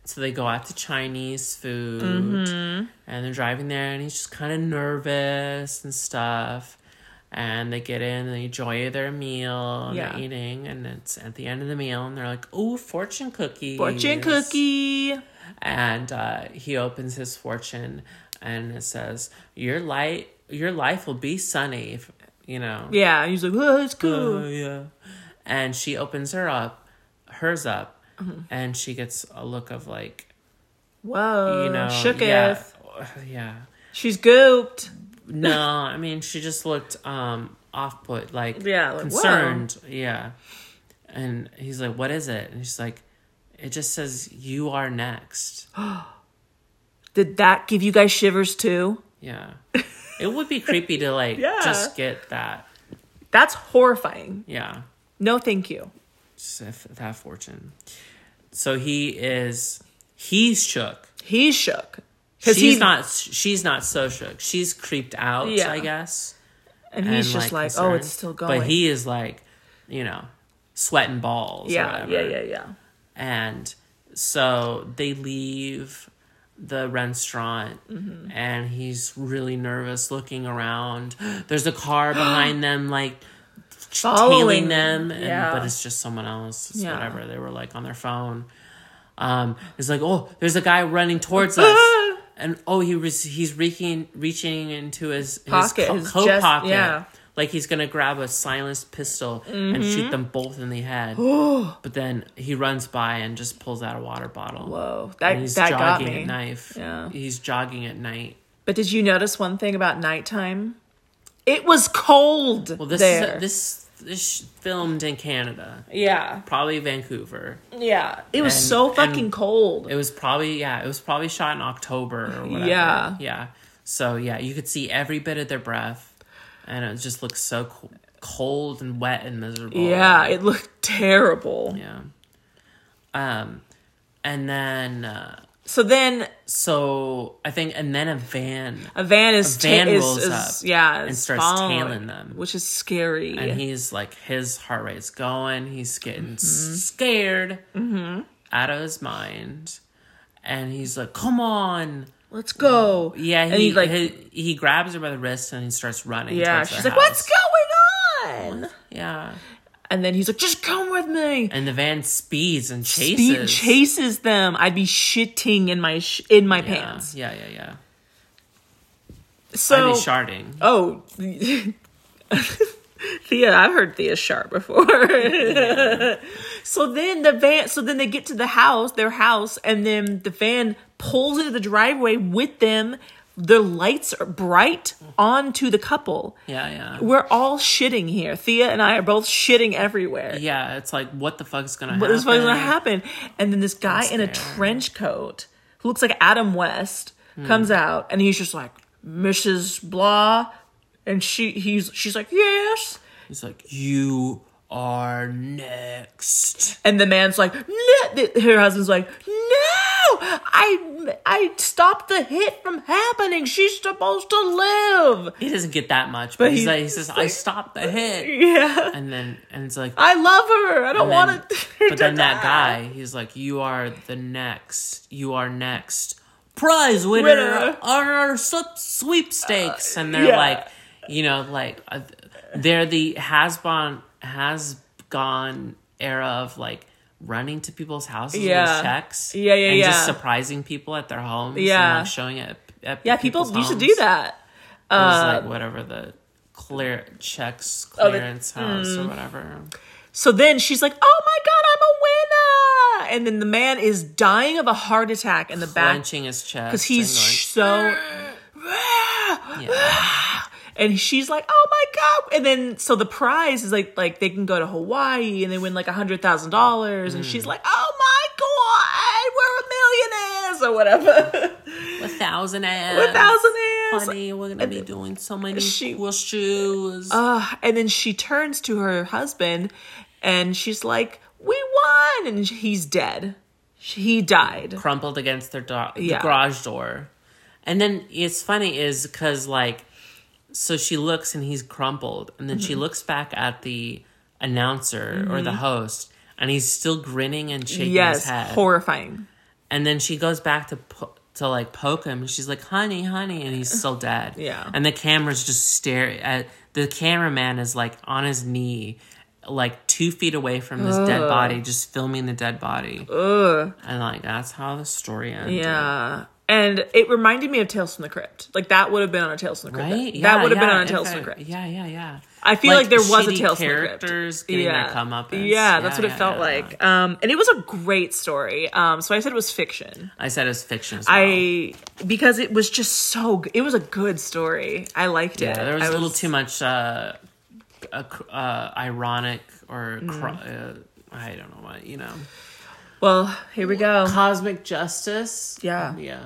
S2: So they go out to Chinese food
S1: Mm-hmm.
S2: and they're driving there and he's just kind of nervous and stuff. and they get in and they enjoy their meal and
S1: Yeah.
S2: they're eating and it's at the end of the meal and they're like oh fortune cookie
S1: Fortune cookie.
S2: and uh, he opens his fortune and it says your light your life will be sunny if, you know
S1: Yeah, he's like, oh, it's cool.
S2: Oh, yeah. And she opens her up, hers up,
S1: Mm-hmm.
S2: and she gets a look of like,
S1: Whoa,
S2: you know,
S1: Uh, shooketh.
S2: yeah, yeah.
S1: She's gooped.
S2: No, I mean she just looked um off put, like
S1: Yeah, like,
S2: concerned, yeah. And he's like, "What is it?" And she's like, "It just says you are next."
S1: Did that give you guys shivers too?
S2: Yeah, it would be creepy to like
S1: Yeah.
S2: just get that.
S1: That's horrifying.
S2: Yeah,
S1: No, thank you.
S2: just if- that fortune. So he is, he's shook.
S1: He's shook.
S2: she's
S1: he's
S2: not she's not so shook. She's creeped out,
S1: Yeah.
S2: I guess.
S1: and he's
S2: and,
S1: just like, oh,
S2: concerned.
S1: it's still going.
S2: But he is like, you know, sweating balls.
S1: yeah,
S2: Yeah,
S1: yeah, yeah, yeah.
S2: And so they leave the restaurant,
S1: Mm-hmm.
S2: and he's really nervous, looking around. There's a car behind them, like ch-
S1: Following
S2: tailing them, and,
S1: yeah.
S2: but it's just someone else. It's
S1: Yeah.
S2: whatever. They were like on their phone. Um, it's like, oh, there's a guy running towards us, and oh, he was he's reaching reaching into his, his
S1: Pocket,
S2: co-
S1: his
S2: coat
S1: chest-
S2: pocket,
S1: yeah.
S2: like he's gonna grab a silenced pistol and
S1: Mm-hmm.
S2: shoot them both in the head. but then he runs by and just pulls out a water bottle.
S1: Whoa,
S2: And
S1: that
S2: he's
S1: that got
S2: jogging
S1: me.
S2: at knife.
S1: Yeah.
S2: He's jogging at night.
S1: But did you notice one thing about nighttime? It was cold
S2: Well, this
S1: there.
S2: is this this filmed in Canada,
S1: yeah,
S2: probably Vancouver.
S1: yeah. It was
S2: And-
S1: so
S2: and-
S1: fucking cold.
S2: It was probably yeah, it was probably shot in October or whatever.
S1: Yeah.
S2: yeah. So yeah, you could see every bit of their breath, and it just looks so co- cold and wet and miserable.
S1: yeah, it looked terrible.
S2: yeah. Um, and then uh,
S1: So then
S2: so I think, and then a van,
S1: a van is ta-
S2: van
S1: is,
S2: rolls
S1: is-
S2: up
S1: yeah
S2: and
S1: is
S2: starts
S1: following,
S2: tailing them.
S1: which is scary.
S2: and he's like his heart rate's going. He's
S1: Mm-hmm.
S2: getting s- scared out of his mind, and he's like, "Come on."
S1: Let's go.
S2: Yeah, he
S1: and he like
S2: he, he grabs her by the wrist and he starts running.
S1: yeah.
S2: towards their
S1: She's like,
S2: house.
S1: what's going on?
S2: Yeah,
S1: And then he's like, just come with me.
S2: and the van speeds and
S1: Speed
S2: chases.
S1: chases them. I'd be shitting in my sh- in my
S2: yeah.
S1: pants.
S2: Yeah, yeah, yeah.
S1: So
S2: I'd be sharding.
S1: Oh, Thea, I've heard Thea Sharp before. so then the van, so then they get to the house, their house, and then the van pulls into the driveway with them. The lights are bright onto the couple.
S2: Yeah, yeah,
S1: We're all shitting here. Thea and I are both shitting everywhere.
S2: yeah. It's like, what the fuck's gonna
S1: What
S2: happen?
S1: is going to happen? And then this guy in a
S2: scared.
S1: trench coat who looks like Adam West
S2: Hmm.
S1: comes out and he's just like, Mrs. Blah. And she he's she's like, Yes.
S2: He's like, you are next.
S1: And the man's like, no. th- Her husband's like, No, I I stopped the hit from happening. She's supposed to live.
S2: He doesn't get that much, but, he's
S1: he-
S2: like, he says, "I stopped the hit,"
S1: Yeah.
S2: and then and it's like,
S1: I love her. I don't
S2: and then-
S1: want to.
S2: but then that guy, he's like, "You are the next. You are next prize winner,
S1: Winner. Uh,
S2: on our sup- sweepstakes." And they're
S1: yeah.
S2: like, you know, like uh, they're the has been has gone era of like running to people's houses
S1: Yeah.
S2: with checks,
S1: Yeah, yeah,
S2: and
S1: yeah.
S2: just surprising people at their homes,
S1: Yeah.
S2: and like showing it. At
S1: Yeah, people
S2: people's
S1: used to do
S2: homes.
S1: that. Uh,
S2: It was like whatever the clear checks
S1: Oh, the-
S2: clearance house or whatever.
S1: So then she's like, "Oh my god, I'm a winner!" And then the man is dying of a heart attack in the back
S2: Clenching his chest
S1: because he's
S2: and
S1: so.
S2: going, yeah.
S1: And she's like, "Oh my god!" And then so the prize is like, like they can go to Hawaii and they win like a hundred thousand dollars. And
S2: Mm.
S1: she's like, "Oh my god, we're a millionaires or whatever,
S2: a thousand ass.
S1: a thousand
S2: Honey, we're gonna be doing so many
S1: she-
S2: cool shoes.
S1: Uh, and then she turns to her husband, and she's like, "We won!" And he's dead. She- He died.
S2: crumpled against their do- the
S1: Yeah.
S2: garage door. And then it's funny is because like, so she looks and he's crumpled, and then she
S1: Mm-hmm.
S2: looks back at the announcer or the host, and he's still grinning and shaking his
S1: Yes,
S2: head.
S1: horrifying.
S2: and then she goes back to pu- to like poke him, and she's like, "Honey, honey," and he's still dead.
S1: Yeah.
S2: And the camera's just stare at the cameraman is like on his knee, like two feet away from his dead body, just filming the dead body.
S1: Ugh.
S2: And like that's how the story ends.
S1: Yeah. And it reminded me of Tales from the Crypt. Like that would have been on a Tales from the Crypt.
S2: Right?
S1: That would have been on a
S2: in
S1: Tales from the
S2: fact,
S1: Crypt.
S2: Yeah, yeah, yeah.
S1: I feel like, there was a
S2: shitty
S1: Tales from the Crypt.
S2: characters getting yeah. their comeuppance.
S1: Yeah, that's what it
S2: yeah,
S1: felt
S2: yeah.
S1: like. Um, and it was a great story. Um, so I said it was fiction.
S2: I said it was fiction. As well.
S1: I because it was just so. g- It was a good story. I liked it.
S2: yeah, there was,
S1: I
S2: a little too much uh, uh, cr- uh, ironic or
S1: Mm-hmm.
S2: cr- uh, I don't know what you know.
S1: Well, here we go.
S2: Cosmic justice.
S1: Um, Yeah.
S2: yeah.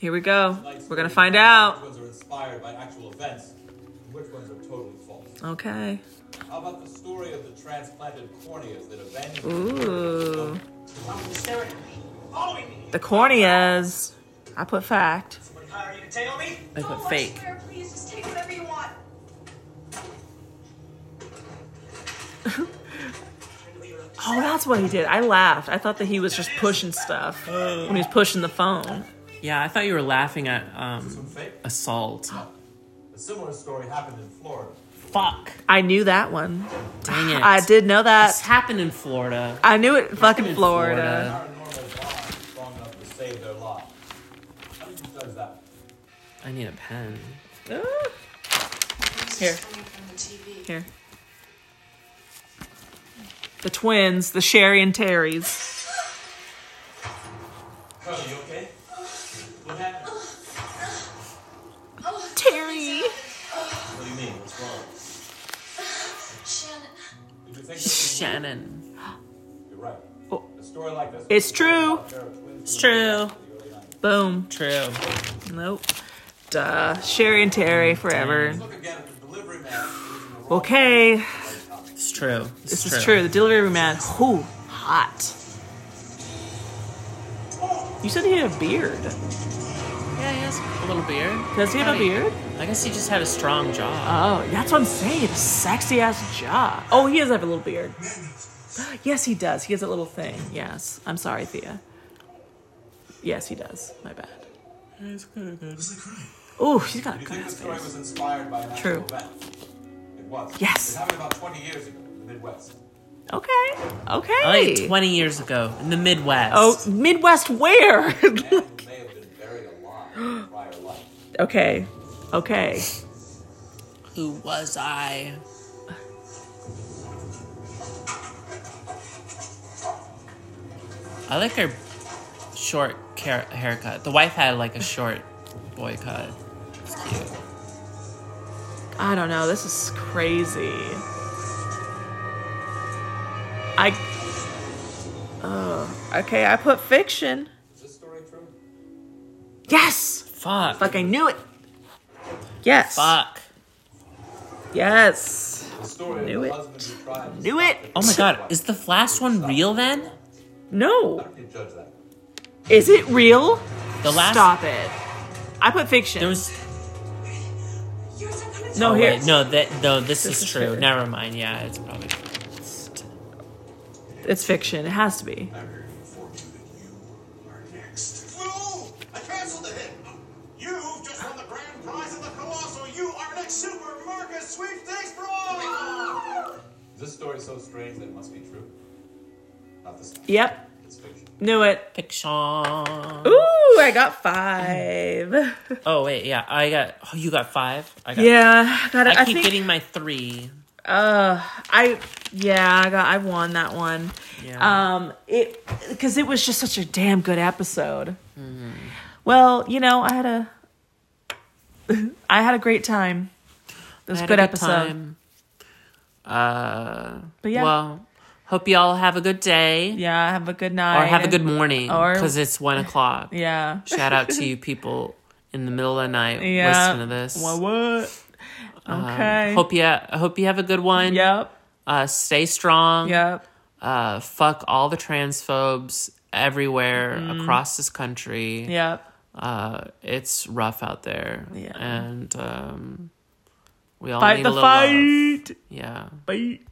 S1: Here we go. We're gonna find out.
S3: Which ones are inspired by actual events, and which ones are totally false?
S1: Okay.
S3: How about the story of the transplanted corneas that avenged?
S1: Ooh,
S4: I'm hysterical. Following me.
S1: the corneas. I put fact.
S4: Somebody hire you to tail me?
S2: I
S5: Don't
S2: put
S5: watch
S2: fake.
S5: Square, please. Just take whatever you want.
S1: Oh, that's what he did. I laughed. I thought that he was just pushing stuff when he was pushing the phone.
S2: Yeah, I thought you were laughing at um,
S3: Fake.
S2: assault.
S3: A similar story happened in Florida.
S2: Fuck.
S1: I knew that one.
S2: Dang it.
S1: I did know
S2: This
S1: that.
S2: happened in Florida.
S1: I knew it. Fucking
S2: in
S1: Florida.
S3: Paranormal bomb strong enough to save their lives. How do you judge that?
S2: I need a pen.
S1: Ooh, Here.
S5: This is coming from the TV.
S1: Here. The twins, the Sherry and Terry's.
S3: Carly, you okay? What happened?
S1: Terry.
S3: What do you mean? What's wrong?
S5: Shannon,
S3: Did you think this was-
S2: Shannon.
S3: You're right.
S1: Oh.
S3: A story like this.
S1: It's true.
S3: It's
S2: True.
S1: Boom.
S2: True.
S1: Nope. Duh. Sherry and Terry forever.
S3: Look again at the delivery man.
S1: Okay.
S2: It's true. It's
S1: This is true. The delivery man. Who? Hot. You said he had a beard.
S2: Yeah, he has a little beard.
S1: Does he have a
S2: Probably-
S1: beard?
S2: I guess he just had a strong jaw.
S1: Oh, that's what I'm saying. A sexy ass jaw. Oh, he does have a little beard. Yes, he does. He has a little thing. Yes. I'm sorry, Thea. Yes, he does. My bad. Oh, she's got a
S3: You
S1: good
S3: think the
S1: ass
S3: story
S1: face.
S3: was inspired by an
S1: True.
S3: actual event? It was.
S1: Yes.
S3: It happened about 20 years ago in the Midwest.
S1: Okay. Okay.
S2: I Like 20 years ago in the Midwest.
S1: Oh, Midwest where?
S3: A man who may have been buried alive in a prior life.
S1: okay. Okay.
S2: who was I? I like her short car- haircut. The wife had like a short boy cut. It's cute.
S1: I don't know. This is crazy. I. Oh, okay. I put fiction.
S3: Is this story true?
S1: Yes.
S2: Fuck.
S1: Fuck, I knew it. Yes.
S2: Fuck.
S1: Yes.
S3: The story
S1: Knew
S3: of the
S1: it.
S3: husband who tried to
S1: Knew
S3: stop
S1: it.
S3: the
S2: Oh my god.
S3: wife.
S2: Is the last one real then?
S3: How
S1: No.
S3: do you judge that?
S1: Is it real?
S2: The last
S1: Stop it. I put fiction.
S2: there was
S5: you're not gonna
S1: No,
S5: tell
S2: oh,
S1: here-
S2: wait, no that no this,
S1: This
S2: is,
S1: is
S2: true.
S1: true.
S2: Never mind. Yeah, it's probably
S1: it's fiction. It has to be.
S4: I'm here to inform you that you are next. No! I canceled the hit! You've just won the grand prize of the Colossal! You are next supermarket sweepstakes prize!
S3: Is this story so strange that it must be true? Not this time.
S1: Yep.
S3: It's fiction.
S1: Knew it.
S2: fiction.
S1: Ooh, I got five.
S2: Oh wait, yeah. I got oh, you got 5. I got
S1: Yeah. Got it.
S2: I
S1: I
S2: keep
S1: think.
S2: getting my 3.
S1: Uh, I yeah, I got I won that one.
S2: Yeah.
S1: Um, it because it was just such a damn good episode. Well, you know, I had a I had a great time. It was a
S2: I had
S1: good,
S2: a
S1: episode.
S2: time. Uh,
S1: But yeah,
S2: Well, hope you all have a good day
S1: yeah, have a good night
S2: or have a
S1: and-
S2: good morning
S1: or-
S2: because it's one o'clock.
S1: Yeah.
S2: Shout out to you people in the middle of the night
S1: Yeah.
S2: listening to this.
S1: What what?
S2: Um,
S1: Okay.
S2: hope you I hope you have a good one.
S1: yep.
S2: Uh, stay strong.
S1: Yep.
S2: Uh, fuck all the transphobes everywhere
S1: Mm.
S2: across this country.
S1: Yep.
S2: Uh, it's rough out there.
S1: Yeah.
S2: And um, we all
S1: Fight
S2: need
S1: the
S2: a little love.
S1: fight.
S2: Yeah.
S1: Bye.